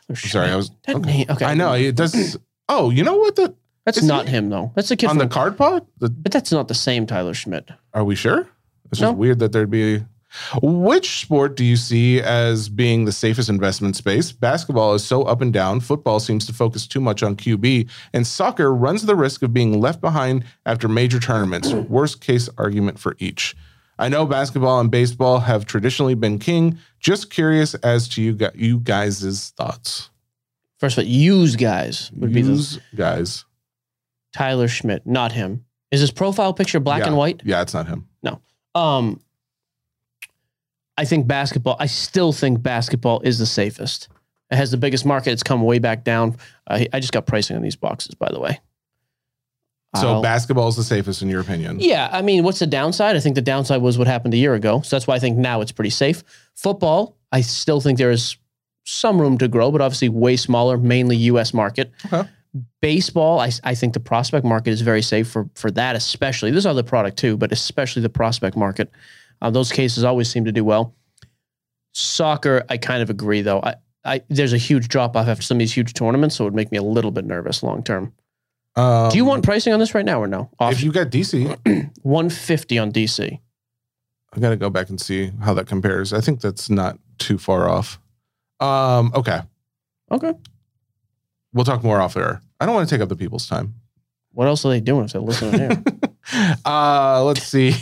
Speaker 3: I'm
Speaker 2: Sorry, I was
Speaker 3: Oh, That name. Okay.
Speaker 2: I know. It does Oh, you know what the
Speaker 3: That's
Speaker 2: Isn't
Speaker 3: not
Speaker 2: it-
Speaker 3: him though. That's the kid
Speaker 2: on
Speaker 3: from.
Speaker 2: the card pod? The
Speaker 3: but that's not the same Tyler Schmidt.
Speaker 2: Are we sure? It's
Speaker 3: No.
Speaker 2: just weird that there'd be. Which sport do you see as being the safest investment space? Basketball is so up and down. Football seems to focus too much on QB, and soccer runs the risk of being left behind after major tournaments. Worst case argument for each. I know basketball and baseball have traditionally been king. Just curious as to you, gu- you guys' thoughts.
Speaker 3: First of all, use guys would be the
Speaker 2: Use guys.
Speaker 3: Tyler Schmidt, not him. Is his profile picture black and white?
Speaker 2: Yeah, it's not him.
Speaker 3: Um, I think basketball. I still think basketball is the safest. It has the biggest market. It's come way back down. I, I just got pricing on these boxes, by the way.
Speaker 2: So
Speaker 3: I'll-
Speaker 2: basketball is the safest in your opinion.
Speaker 3: Yeah, I mean, what's the downside? I think the downside was what happened a year ago. So that's why I think now it's pretty safe. Football, I still think there is some room to grow, but obviously way smaller, mainly U.S. market.
Speaker 2: Okay.
Speaker 3: Baseball, I, I think the prospect market is very safe for for that, especially. There's other product too, but especially the prospect market. Uh, those cases always seem to do well. Soccer, I kind of agree though. I, I there's a huge drop off after some of these huge tournaments, so it would make me a little bit nervous long term.
Speaker 2: Um,
Speaker 3: do you want pricing on this right now or no? Off
Speaker 2: If you got DC,
Speaker 3: 150 on DC.
Speaker 2: I gotta go back and see how that compares. I think that's not too far off. Um, okay,
Speaker 3: Okay.
Speaker 2: we'll talk more off air. I don't want to take up the people's time.
Speaker 3: What else are they doing if they're listening here?
Speaker 2: uh, let's see.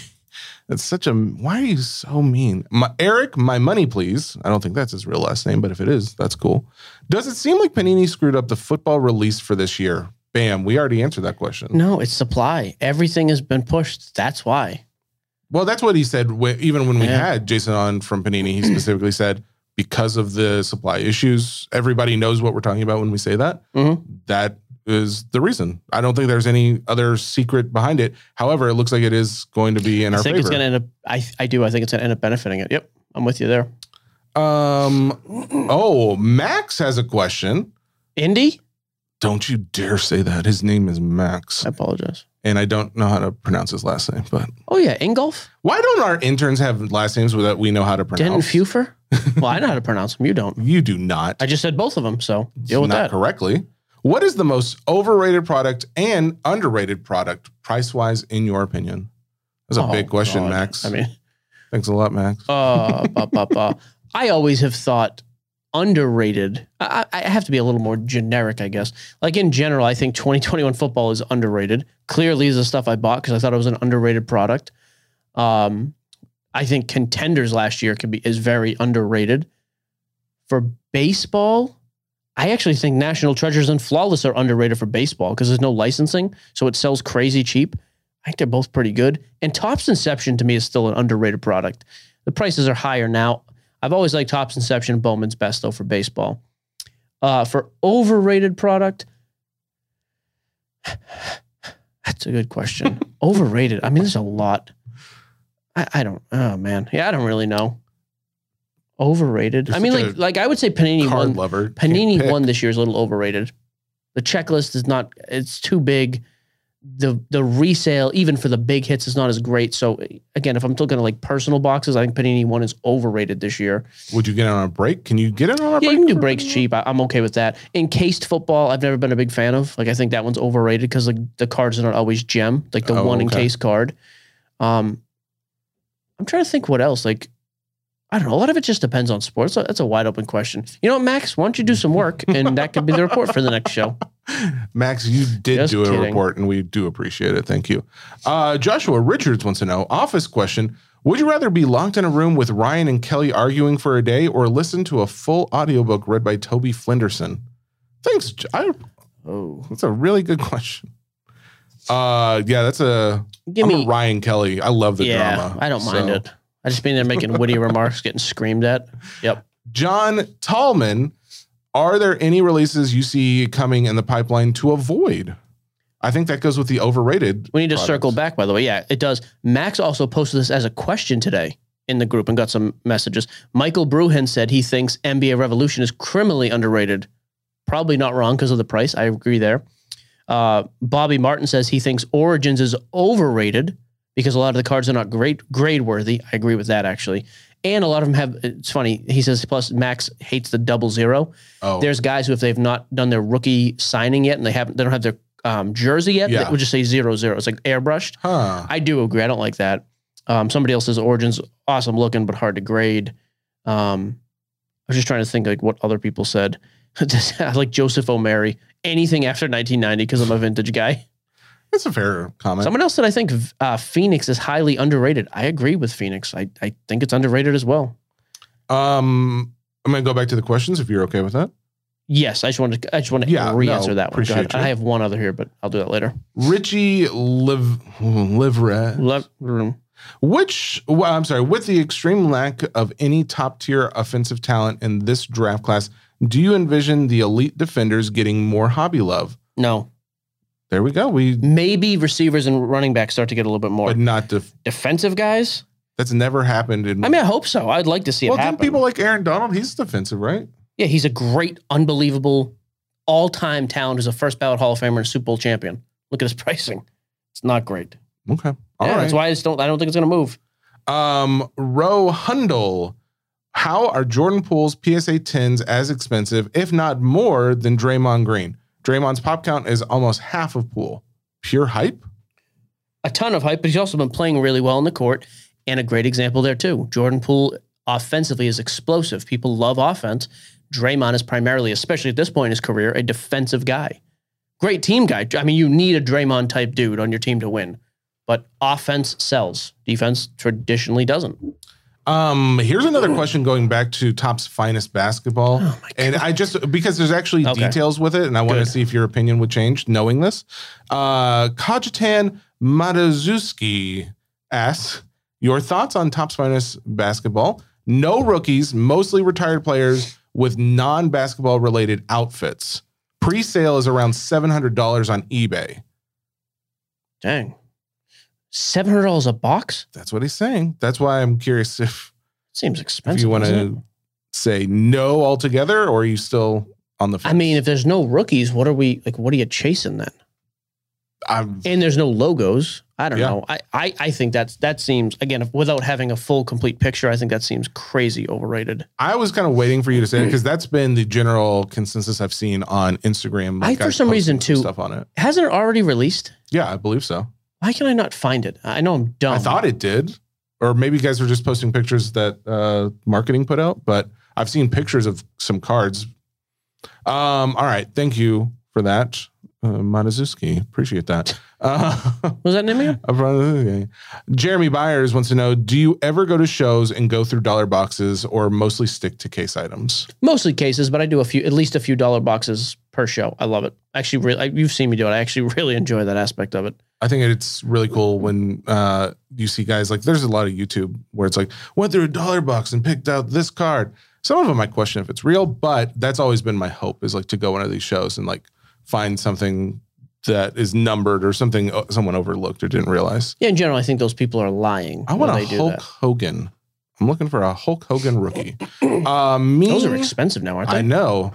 Speaker 2: That's such a. Why are you so mean, my, Eric? My money, please. I don't think that's his real last name, but if it is, that's cool. Does it seem like Panini screwed up the football release for this year? Bam, we already answered that question.
Speaker 3: no, it's supply. Everything has been pushed. That's why.
Speaker 2: Well, that's what he said. wh- Even when we
Speaker 3: Yeah.
Speaker 2: had Jason on from Panini, he specifically said because of the supply issues, everybody knows what we're talking about when we say that.
Speaker 3: Mhm.
Speaker 2: That is the reason. I don't think there's any other secret behind it. However, it looks like it is going to be in
Speaker 3: I
Speaker 2: our
Speaker 3: think
Speaker 2: favor.
Speaker 3: it's going to end up, I, I do. I think it's going to end up benefiting it. Yep. I'm with you there.
Speaker 2: um. Oh, Max has a question.
Speaker 3: Indy?
Speaker 2: Don't you dare say that. His name is Max,
Speaker 3: I apologize.
Speaker 2: and I don't know how to pronounce his last name. But
Speaker 3: Oh, yeah. Ingolf?
Speaker 2: why don't our interns have last names that we know how to
Speaker 3: Denton
Speaker 2: pronounce?
Speaker 3: Fufer? well, I know how to pronounce them. You don't.
Speaker 2: you do not.
Speaker 3: I just said both of them. So deal with
Speaker 2: not
Speaker 3: that.
Speaker 2: correctly. What is the most overrated product and underrated product price wise in your opinion? That's a
Speaker 3: Oh,
Speaker 2: big question,
Speaker 3: God.
Speaker 2: Max.
Speaker 3: I mean,
Speaker 2: Thanks a lot, Max.
Speaker 3: uh, bah, bah, bah. I always have thought underrated. I, I I have to be a little more generic, I guess. Like in general, I think 2021 football is underrated. Clearly, is the stuff I bought because I thought it was an underrated product. Um, I think contenders last year can be is very underrated. For baseball, I actually think National Treasures and Flawless are underrated for baseball because there's no licensing, so it sells crazy cheap. I think they're both pretty good. And Topps Inception to me is still an underrated product. The prices are higher now. I've always liked Topps Inception, Bowman's best though for baseball. Uh, for overrated product, that's a good question. overrated. I mean, there's a lot. I, I don't. Oh man, yeah, I don't really know. Overrated.
Speaker 2: You're
Speaker 3: I mean,
Speaker 2: such
Speaker 3: like
Speaker 2: a
Speaker 3: like I would say Panini
Speaker 2: Card
Speaker 3: won.
Speaker 2: lover. Can't
Speaker 3: Panini
Speaker 2: pick.
Speaker 3: one this year is a little overrated. The checklist is not; it's too big. the The resale, even for the big hits, is not as great. So again, if I'm looking at like personal boxes, I think Panini one is overrated this year.
Speaker 2: Would you get it on a break? Can you get it on a
Speaker 3: Yeah,
Speaker 2: break?
Speaker 3: you can do breaks cheap. I, I'm okay with that. Encased football, I've never been a big fan of. Like I think that one's overrated because like the cards are not always gem, like the
Speaker 2: Oh, okay.
Speaker 3: one encased card. Um, I'm trying to think what else. Like I don't know. A lot of it just depends on sports. That's a wide open question. You know, what, Max, why don't you do some work and that could be the report for the next show.
Speaker 2: Max, you did
Speaker 3: Just
Speaker 2: do a
Speaker 3: kidding.
Speaker 2: report, and we do appreciate it. Thank you. Uh, Joshua Richards wants to know office question Would you rather be locked in a room with Ryan and Kelly arguing for a day or listen to a full audiobook read by Toby Flinderson? Thanks. Jo- I,
Speaker 3: Oh,
Speaker 2: that's a really good question. Uh, yeah, that's a.
Speaker 3: give
Speaker 2: am
Speaker 3: me
Speaker 2: a Ryan Kelly. I love the
Speaker 3: yeah.
Speaker 2: drama.
Speaker 3: I don't mind
Speaker 2: So-
Speaker 3: it. I just mean they're making witty remarks, getting screamed at. Yep.
Speaker 2: John Tallman, are there any releases you see coming in the pipeline to avoid? I think that goes with the overrated.
Speaker 3: We need to
Speaker 2: products.
Speaker 3: circle back, by the way. Yeah, it does. Max also posted this as a question today in the group and got some messages. Michael Bruhen said he thinks NBA Revolution is criminally underrated. Probably not wrong because of the price. I agree there. Uh, Bobby Martin says he thinks Origins is overrated because a lot of the cards are not great grade worthy. I agree with that actually. And a lot of them have. It's funny. He says plus Max hates the double zero.
Speaker 2: Oh,
Speaker 3: There's guys who, if they've not done their rookie signing yet, and they haven't, they don't have their um, jersey yet,
Speaker 2: Yeah.
Speaker 3: that would just say zero zero. It's like airbrushed.
Speaker 2: huh.
Speaker 3: I do agree. I don't like that. Um, somebody else's origins awesome looking, but hard to grade. Um, I was just trying to think like what other people said. Just- I like Joseph O'Mary. Anything after 1990 because I'm a vintage guy.
Speaker 2: That's a fair comment.
Speaker 3: Someone else said I think uh, Phoenix is highly underrated. I agree with Phoenix. I, I think it's underrated as well.
Speaker 2: um, I'm going to go back to the questions if you're okay with that.
Speaker 3: Yes, I just wanted to, I just want to
Speaker 2: Yeah, no,
Speaker 3: re-answer that one. Go
Speaker 2: appreciate
Speaker 3: ahead.
Speaker 2: you.
Speaker 3: I have one other here, but I'll do that later.
Speaker 2: Richie Liv Livret.
Speaker 3: Love room.
Speaker 2: Which, well, I'm sorry, with the extreme lack of any top tier offensive talent in this draft class, do you envision the elite defenders getting more hobby love?
Speaker 3: No.
Speaker 2: There we go. We,
Speaker 3: Maybe receivers and running backs start to get a little bit more
Speaker 2: but not def-
Speaker 3: defensive guys.
Speaker 2: that's never happened in
Speaker 3: I mean, I hope so. I'd like to see it
Speaker 2: well,
Speaker 3: happen.
Speaker 2: didn't people like Aaron Donald? He's defensive, right?
Speaker 3: yeah, he's a great, unbelievable, all-time talent who's a first ballot Hall of Famer and a Super Bowl champion. Look at his pricing. It's not great.
Speaker 2: Okay. all right.
Speaker 3: yeah, that's why I just don't I don't think it's gonna move.
Speaker 2: Um, Roe Hundle. How are Jordan Poole's PSA 10s as expensive, if not more, than Draymond Green? Draymond's pop count is almost half of Poole. Pure hype?
Speaker 3: a ton of hype, but he's also been playing really well in the court and a great example there too. Jordan Poole offensively is explosive. People love offense. Draymond is primarily, especially at this point in his career, a defensive guy. Great team guy. I mean, you need a Draymond type dude on your team to win. But offense sells. Defense traditionally doesn't.
Speaker 2: Um, here's another question going back to Top's finest basketball.
Speaker 3: Oh my
Speaker 2: and I just because there's actually
Speaker 3: Okay.
Speaker 2: details with it, and I want to
Speaker 3: Good.
Speaker 2: see if your opinion would change knowing this. Uh, Kajitan Matazuski asks your thoughts on Top's finest basketball. No rookies, mostly retired players with non-basketball related outfits. Pre-sale is around seven hundred dollars on eBay.
Speaker 3: Dang. Seven hundred dollars a box?
Speaker 2: That's what he's saying. That's why I'm curious if
Speaker 3: Seems expensive.
Speaker 2: if you want
Speaker 3: doesn't it?
Speaker 2: to say no altogether, or are you still on the?
Speaker 3: I mean, if there's no rookies, what are we like what are you chasing then?
Speaker 2: I'm
Speaker 3: and there's no logos. I don't
Speaker 2: Yeah.
Speaker 3: know. I, I I think that's that seems again if- without having a full complete picture. I think that seems crazy overrated.
Speaker 2: I was kind of waiting for you to say it because that's been the general consensus I've seen on Instagram.
Speaker 3: I, for
Speaker 2: guys
Speaker 3: some reason,
Speaker 2: posting
Speaker 3: too-
Speaker 2: stuff on it.
Speaker 3: Hasn't it already released?
Speaker 2: Yeah, I believe so.
Speaker 3: Why can I not find it? I know I'm dumb.
Speaker 2: I thought it did, or maybe you guys were just posting pictures that uh, marketing put out. But I've seen pictures of some cards. Um. All right. Thank you for that, uh, Matazuski. Appreciate that. Uh,
Speaker 3: was that name again?
Speaker 2: I'm from- okay. Jeremy Byers wants to know Do you ever go to shows and go through dollar boxes or mostly stick to case items?
Speaker 3: Mostly cases, but I do a few, at least a few dollar boxes per show. I love it. Actually, really, I- you've seen me do it. I actually really enjoy that aspect of it.
Speaker 2: I think it's really cool when uh, you see guys like there's a lot of YouTube where it's like, went through a dollar box and picked out this card. Some of them I question if it's real, but that's always been my hope is like to go one of these shows and like find something that is numbered or something uh, someone overlooked or didn't realize.
Speaker 3: Yeah, in general, I think those people are lying.
Speaker 2: I
Speaker 3: when
Speaker 2: want a
Speaker 3: they do
Speaker 2: Hulk
Speaker 3: that.
Speaker 2: Hogan. I'm looking for a Hulk Hogan rookie. Uh, me,
Speaker 3: Those are expensive now, aren't they?
Speaker 2: I know,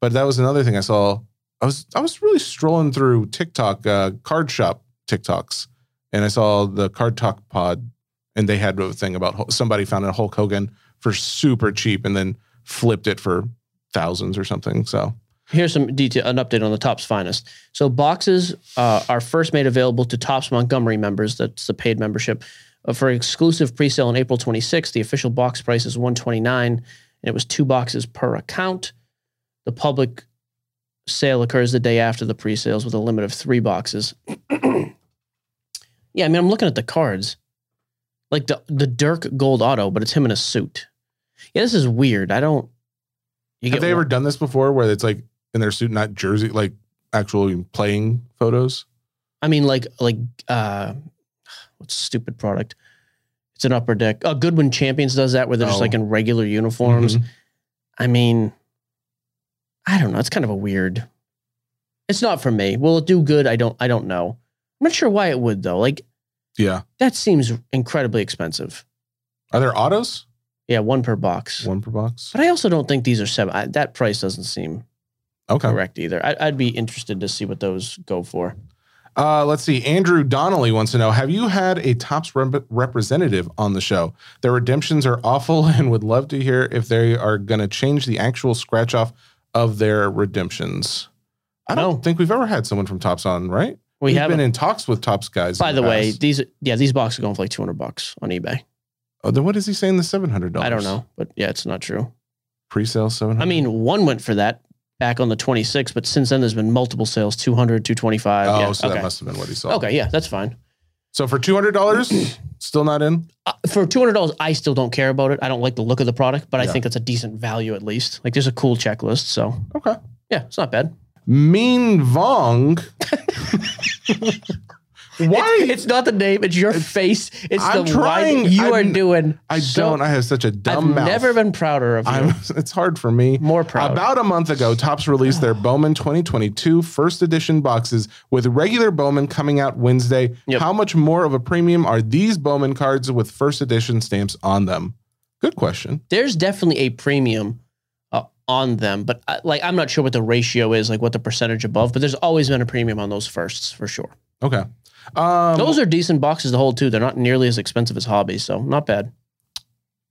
Speaker 2: but that was another thing I saw. I was I was really strolling through TikTok uh, card shop TikToks, and I saw the Card Talk Pod, and they had a thing about Hul- somebody found a Hulk Hogan for super cheap, and then flipped it for thousands or something. So
Speaker 3: Here's some detail, an update on the Topps Finest. So boxes uh, are first made available to Topps Montgomery members. That's the paid membership. Uh, for exclusive pre-sale on April 26th, the official box price is 129, and it was two boxes per account. The public sale occurs the day after the pre-sales with a limit of three boxes. yeah, I mean, I'm looking at the cards, like the the Dirk Gold Auto, but it's him in a suit. Yeah, this is weird. I don't. You
Speaker 2: have they
Speaker 3: one-
Speaker 2: ever done this before, where it's like in their suit, not jersey, like actually playing photos?
Speaker 3: I mean, like like uh, what's stupid product? It's an upper deck. Uh, Goodwin Champions does that where they're just
Speaker 2: Oh.
Speaker 3: like in regular uniforms.
Speaker 2: Mhm.
Speaker 3: I mean, I don't know. It's kind of a weird. It's not for me. Will it do good? I don't. I don't know. I'm not sure why it would though. Like
Speaker 2: Yeah.
Speaker 3: that seems incredibly expensive.
Speaker 2: Are there autos?
Speaker 3: Yeah, one per box.
Speaker 2: One per box.
Speaker 3: But I also don't think these are seven. I, that price doesn't seem
Speaker 2: Okay.
Speaker 3: correct either. I, I'd be interested to see what those go for.
Speaker 2: Uh, let's see. Andrew Donnelly wants to know Have you had a TOPS rep- representative on the show? Their redemptions are awful and would love to hear if they are going to change the actual scratch off of their redemptions. I don't
Speaker 3: No.
Speaker 2: think we've ever had someone from TOPS on, right?
Speaker 3: We
Speaker 2: We've
Speaker 3: have
Speaker 2: been in talks with TOPS guys.
Speaker 3: By
Speaker 2: in
Speaker 3: the way,
Speaker 2: past.
Speaker 3: these yeah, these boxes are going for like two hundred bucks on eBay.
Speaker 2: oh, then what is he saying? The $700?
Speaker 3: I don't know, but yeah, it's not true.
Speaker 2: Pre sale 700
Speaker 3: I mean, one went for that back on the 26th, but since then there's been multiple sales 200, 225.
Speaker 2: oh,
Speaker 3: yeah,
Speaker 2: so
Speaker 3: okay.
Speaker 2: that must have been what he saw.
Speaker 3: okay, yeah, that's fine.
Speaker 2: So for $200, still not in?
Speaker 3: Uh, for $200, I still don't care about it. I don't like the look of the product, but I
Speaker 2: Yeah.
Speaker 3: think that's a decent value at least. Like there's a cool checklist, so
Speaker 2: Okay.
Speaker 3: yeah, it's not bad.
Speaker 2: Mean Vong. Why?
Speaker 3: It's not the name, it's your face. It's
Speaker 2: I'm
Speaker 3: the line
Speaker 2: trying.
Speaker 3: you
Speaker 2: I'm-
Speaker 3: are doing.
Speaker 2: I
Speaker 3: so-
Speaker 2: don't. I have such a
Speaker 3: I've
Speaker 2: dumb mouth.
Speaker 3: never been prouder of you.
Speaker 2: I'm, it's hard for me.
Speaker 3: More proud.
Speaker 2: About a month ago, Tops released their Bowman 2022 first edition boxes with regular Bowman coming out Wednesday.
Speaker 3: Yep.
Speaker 2: How much more of a premium are these Bowman cards with first edition stamps on them? Good question.
Speaker 3: there's definitely a premium uh, on them, but I, like I'm not sure what the ratio is, like what the percentage above, but there's always been a premium on those firsts for sure.
Speaker 2: Okay. Um,
Speaker 3: Those are decent boxes to hold too. They're not nearly as expensive as hobby, so not bad.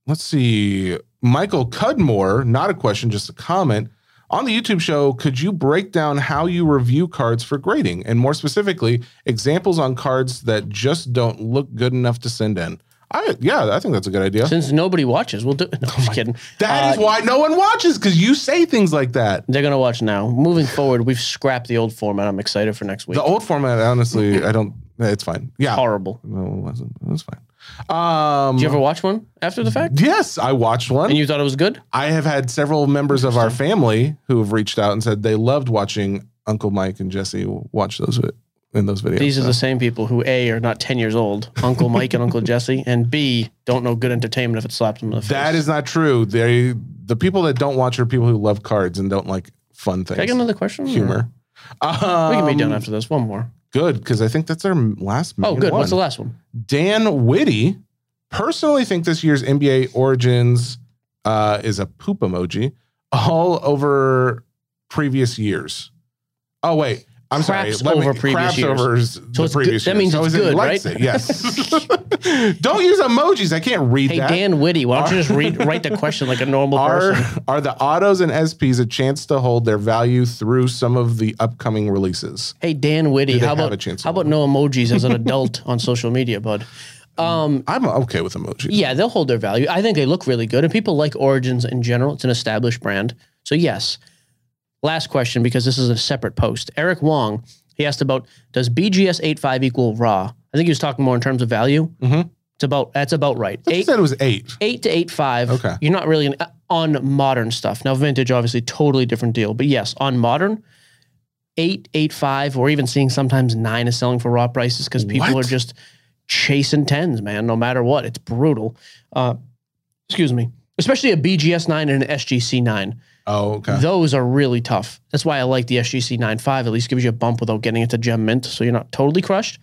Speaker 2: let's see. Michael Cudmore, not a question, just a comment. On the YouTube show, could you break down how you review cards for grading? And more specifically, examples on cards that just don't look good enough to send in? I, yeah, Oh I think that's a good idea.
Speaker 3: Since nobody watches, we'll do. No, I'm just kidding.
Speaker 2: That is
Speaker 3: Uh,
Speaker 2: why no one watches because you say things like that.
Speaker 3: They're gonna watch now. Moving forward, we've scrapped the old format. I'm excited for next week.
Speaker 2: The old format, honestly, I don't. It's fine. Yeah,
Speaker 3: Horrible.
Speaker 2: no, it wasn't. It was fine. Um,
Speaker 3: Did you ever watch one after the fact?
Speaker 2: yes, I watched one.
Speaker 3: And you thought it was good?
Speaker 2: I have had several members of our family who have reached out and said they loved watching Uncle Mike and Jesse watch those vi- in those videos.
Speaker 3: These are
Speaker 2: So,
Speaker 3: the same people who A are not 10 years old, Uncle Mike and Uncle Jesse, and B don't know good entertainment if it slaps them in the face.
Speaker 2: that is not true. They the people that don't watch are people who love cards and don't like fun
Speaker 3: Can I get
Speaker 2: things,
Speaker 3: another question?
Speaker 2: humor.
Speaker 3: We can be done
Speaker 2: Um,
Speaker 3: after this. One more.
Speaker 2: Good because I think that's our last.
Speaker 3: Oh,
Speaker 2: main
Speaker 3: good. What's the
Speaker 2: one.
Speaker 3: last one?
Speaker 2: Dan Whitty personally think this year's NBA Origins uh, is a poop emoji all over previous years. Oh wait, I'm
Speaker 3: Craps
Speaker 2: sorry.
Speaker 3: over previous
Speaker 2: craps
Speaker 3: years.
Speaker 2: over s- the
Speaker 3: it's good-
Speaker 2: previous
Speaker 3: that
Speaker 2: years.
Speaker 3: means
Speaker 2: I
Speaker 3: it's
Speaker 2: was in
Speaker 3: good,
Speaker 2: Leipzig,
Speaker 3: right?
Speaker 2: Yes. Don't use emojis. I can't read
Speaker 3: Hey
Speaker 2: that.
Speaker 3: Dan Whitty, why don't you
Speaker 2: Are-
Speaker 3: just read write the question like a normal
Speaker 2: are
Speaker 3: person?
Speaker 2: are the autos and SPs a chance to hold their value through some of the upcoming releases?
Speaker 3: Hey Dan Whitty,
Speaker 2: Do they
Speaker 3: how
Speaker 2: have
Speaker 3: about
Speaker 2: a chance?
Speaker 3: how about no emojis as an adult on social media, bud? Um,
Speaker 2: I'm okay with emojis.
Speaker 3: yeah, they'll hold their value. I think they look really good, and people like Origins in general. It's an established brand, so yes. Last question because this is a separate post. Eric Wong he asked about does BGS 85 equal raw? I think he was talking more in terms of value.
Speaker 2: Mhm.
Speaker 3: It's about that's about right.
Speaker 2: I thought you said it was eight.
Speaker 3: eight to eight five.
Speaker 2: Okay.
Speaker 3: You're not really an, on modern stuff now. Vintage, obviously, totally different deal. But yes, on modern, eight eight five, or even seeing sometimes nine is selling for raw prices because people
Speaker 2: What?
Speaker 3: are just chasing tens, man. No matter what, it's brutal. Uh, excuse me. Especially a BGS nine and an SGC nine.
Speaker 2: Oh, okay.
Speaker 3: Those are really tough. That's why I like the SGC 9.5. At least gives you a bump without getting into gem mint, so you're not totally crushed.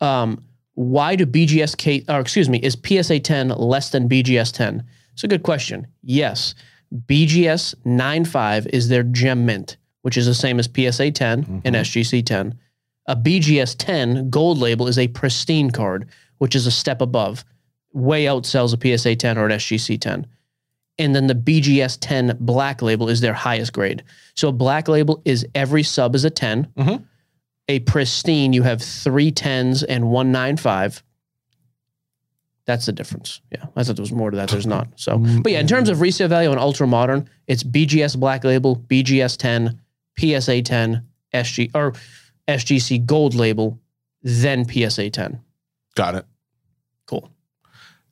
Speaker 3: Um, why do BGS K or excuse me, is PSA 10 less than BGS 10? It's a good question. Yes, BGS 9.5 is their gem mint, which is the same as PSA 10 and
Speaker 2: Mhm.
Speaker 3: SGC 10. A BGS 10 gold label is a pristine card, which is a step above, way outsells a PSA 10 or an SGC 10 and then the BGS 10 black label is their highest grade. So a black label is every sub is a 10.
Speaker 2: Mhm.
Speaker 3: A pristine, you have three 10s and one 9.5. That's the difference. Yeah, I thought there was more to that. There's not. So, but yeah, in
Speaker 2: Mm,
Speaker 3: terms of resale value on ultra modern, it's BGS black label, BGS 10, PSA 10, SG or SGC gold label, then PSA 10.
Speaker 2: Got it.
Speaker 3: Cool.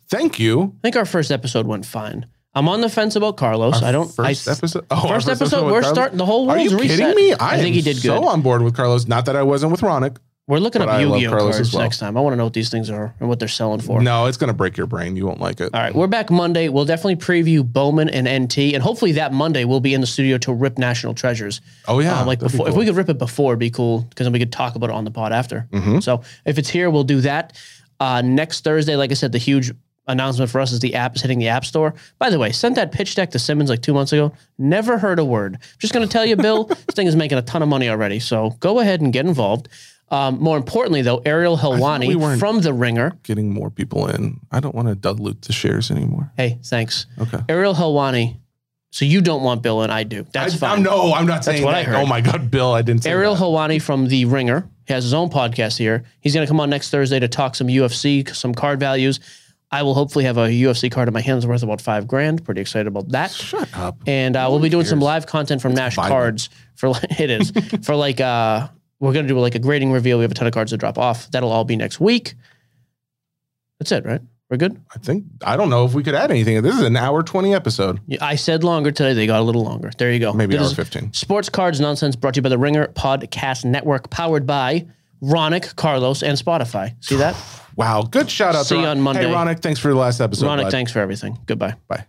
Speaker 2: Thank you.
Speaker 3: I think our first episode went fine. I'm on the fence about Carlos.
Speaker 2: Our
Speaker 3: I don't. I,
Speaker 2: First episode. Oh, our
Speaker 3: First episode,
Speaker 2: with
Speaker 3: we're
Speaker 2: Carlos?
Speaker 3: starting the whole
Speaker 2: Are
Speaker 3: world's
Speaker 2: you
Speaker 3: reset.
Speaker 2: kidding me? I,
Speaker 3: I think he
Speaker 2: am
Speaker 3: did
Speaker 2: So
Speaker 3: good.
Speaker 2: on board with Carlos. Not that I wasn't with Ronick.
Speaker 3: We're looking
Speaker 2: but
Speaker 3: up
Speaker 2: I love
Speaker 3: Yu-Gi-Oh
Speaker 2: Carlos
Speaker 3: cards
Speaker 2: as well.
Speaker 3: next time. I want to know what these things are and what they're selling for.
Speaker 2: No, it's gonna break your brain. You won't like it.
Speaker 3: All right, we're back Monday. We'll definitely preview Bowman and NT, and hopefully that Monday we'll be in the studio to rip National Treasures.
Speaker 2: Oh yeah.
Speaker 3: Um, like
Speaker 2: that'd be
Speaker 3: before, if
Speaker 2: cool.
Speaker 3: we could rip it before, it'd be cool because then we could talk about it on the pod after.
Speaker 2: Mhm.
Speaker 3: So if it's here, we'll do that. Uh, next Thursday, like I said, the huge announcement for us is the app is hitting the App Store. By the way, sent that pitch deck to Simmons like two months ago. Never heard a word. Just going to tell you, Bill, this thing is making a ton of money already. So go ahead and get involved. Um, more importantly, though, Ariel Helwani
Speaker 2: we weren't-
Speaker 3: from The Ringer.
Speaker 2: getting more people in. I don't want to dilute the shares anymore.
Speaker 3: Hey, thanks.
Speaker 2: Okay.
Speaker 3: Ariel Helwani. So you don't want Bill and I do. That's
Speaker 2: I,
Speaker 3: fine.
Speaker 2: I'm, no, I'm not saying
Speaker 3: what I
Speaker 2: that.
Speaker 3: heard.
Speaker 2: Oh my God, Bill, I didn't say
Speaker 3: Ariel
Speaker 2: that.
Speaker 3: Helwani from The Ringer he has his own podcast here. He's going to come on next Thursday to talk some UFC, some card values. I will hopefully have a UFC card in my hands worth about five grand. Pretty excited about that.
Speaker 2: Shut up.
Speaker 3: And uh, we'll be doing some live content from Nash
Speaker 2: violent.
Speaker 3: Cards for like, it is for like uh we're going to do like a grading reveal. We have a ton of cards to drop off. That'll all be next week. That's it, right? We're good.
Speaker 2: I think I don't know if we could add anything. This is an hour twenty episode,
Speaker 3: Yeah, I said longer today. They got a little longer. There you go.
Speaker 2: maybe
Speaker 3: This
Speaker 2: hour
Speaker 3: is-
Speaker 2: fifteen.
Speaker 3: Sports Cards Nonsense brought to you by the Ringer Podcast Network, powered by Ronick, Carlos, and Spotify. See that?
Speaker 2: Wow, good shout out.
Speaker 3: See
Speaker 2: to
Speaker 3: you
Speaker 2: Ron-
Speaker 3: on Monday.
Speaker 2: Hey, Ronick, thanks for the last episode.
Speaker 3: Ronick,
Speaker 2: bud.
Speaker 3: thanks for everything. Goodbye.
Speaker 2: Bye.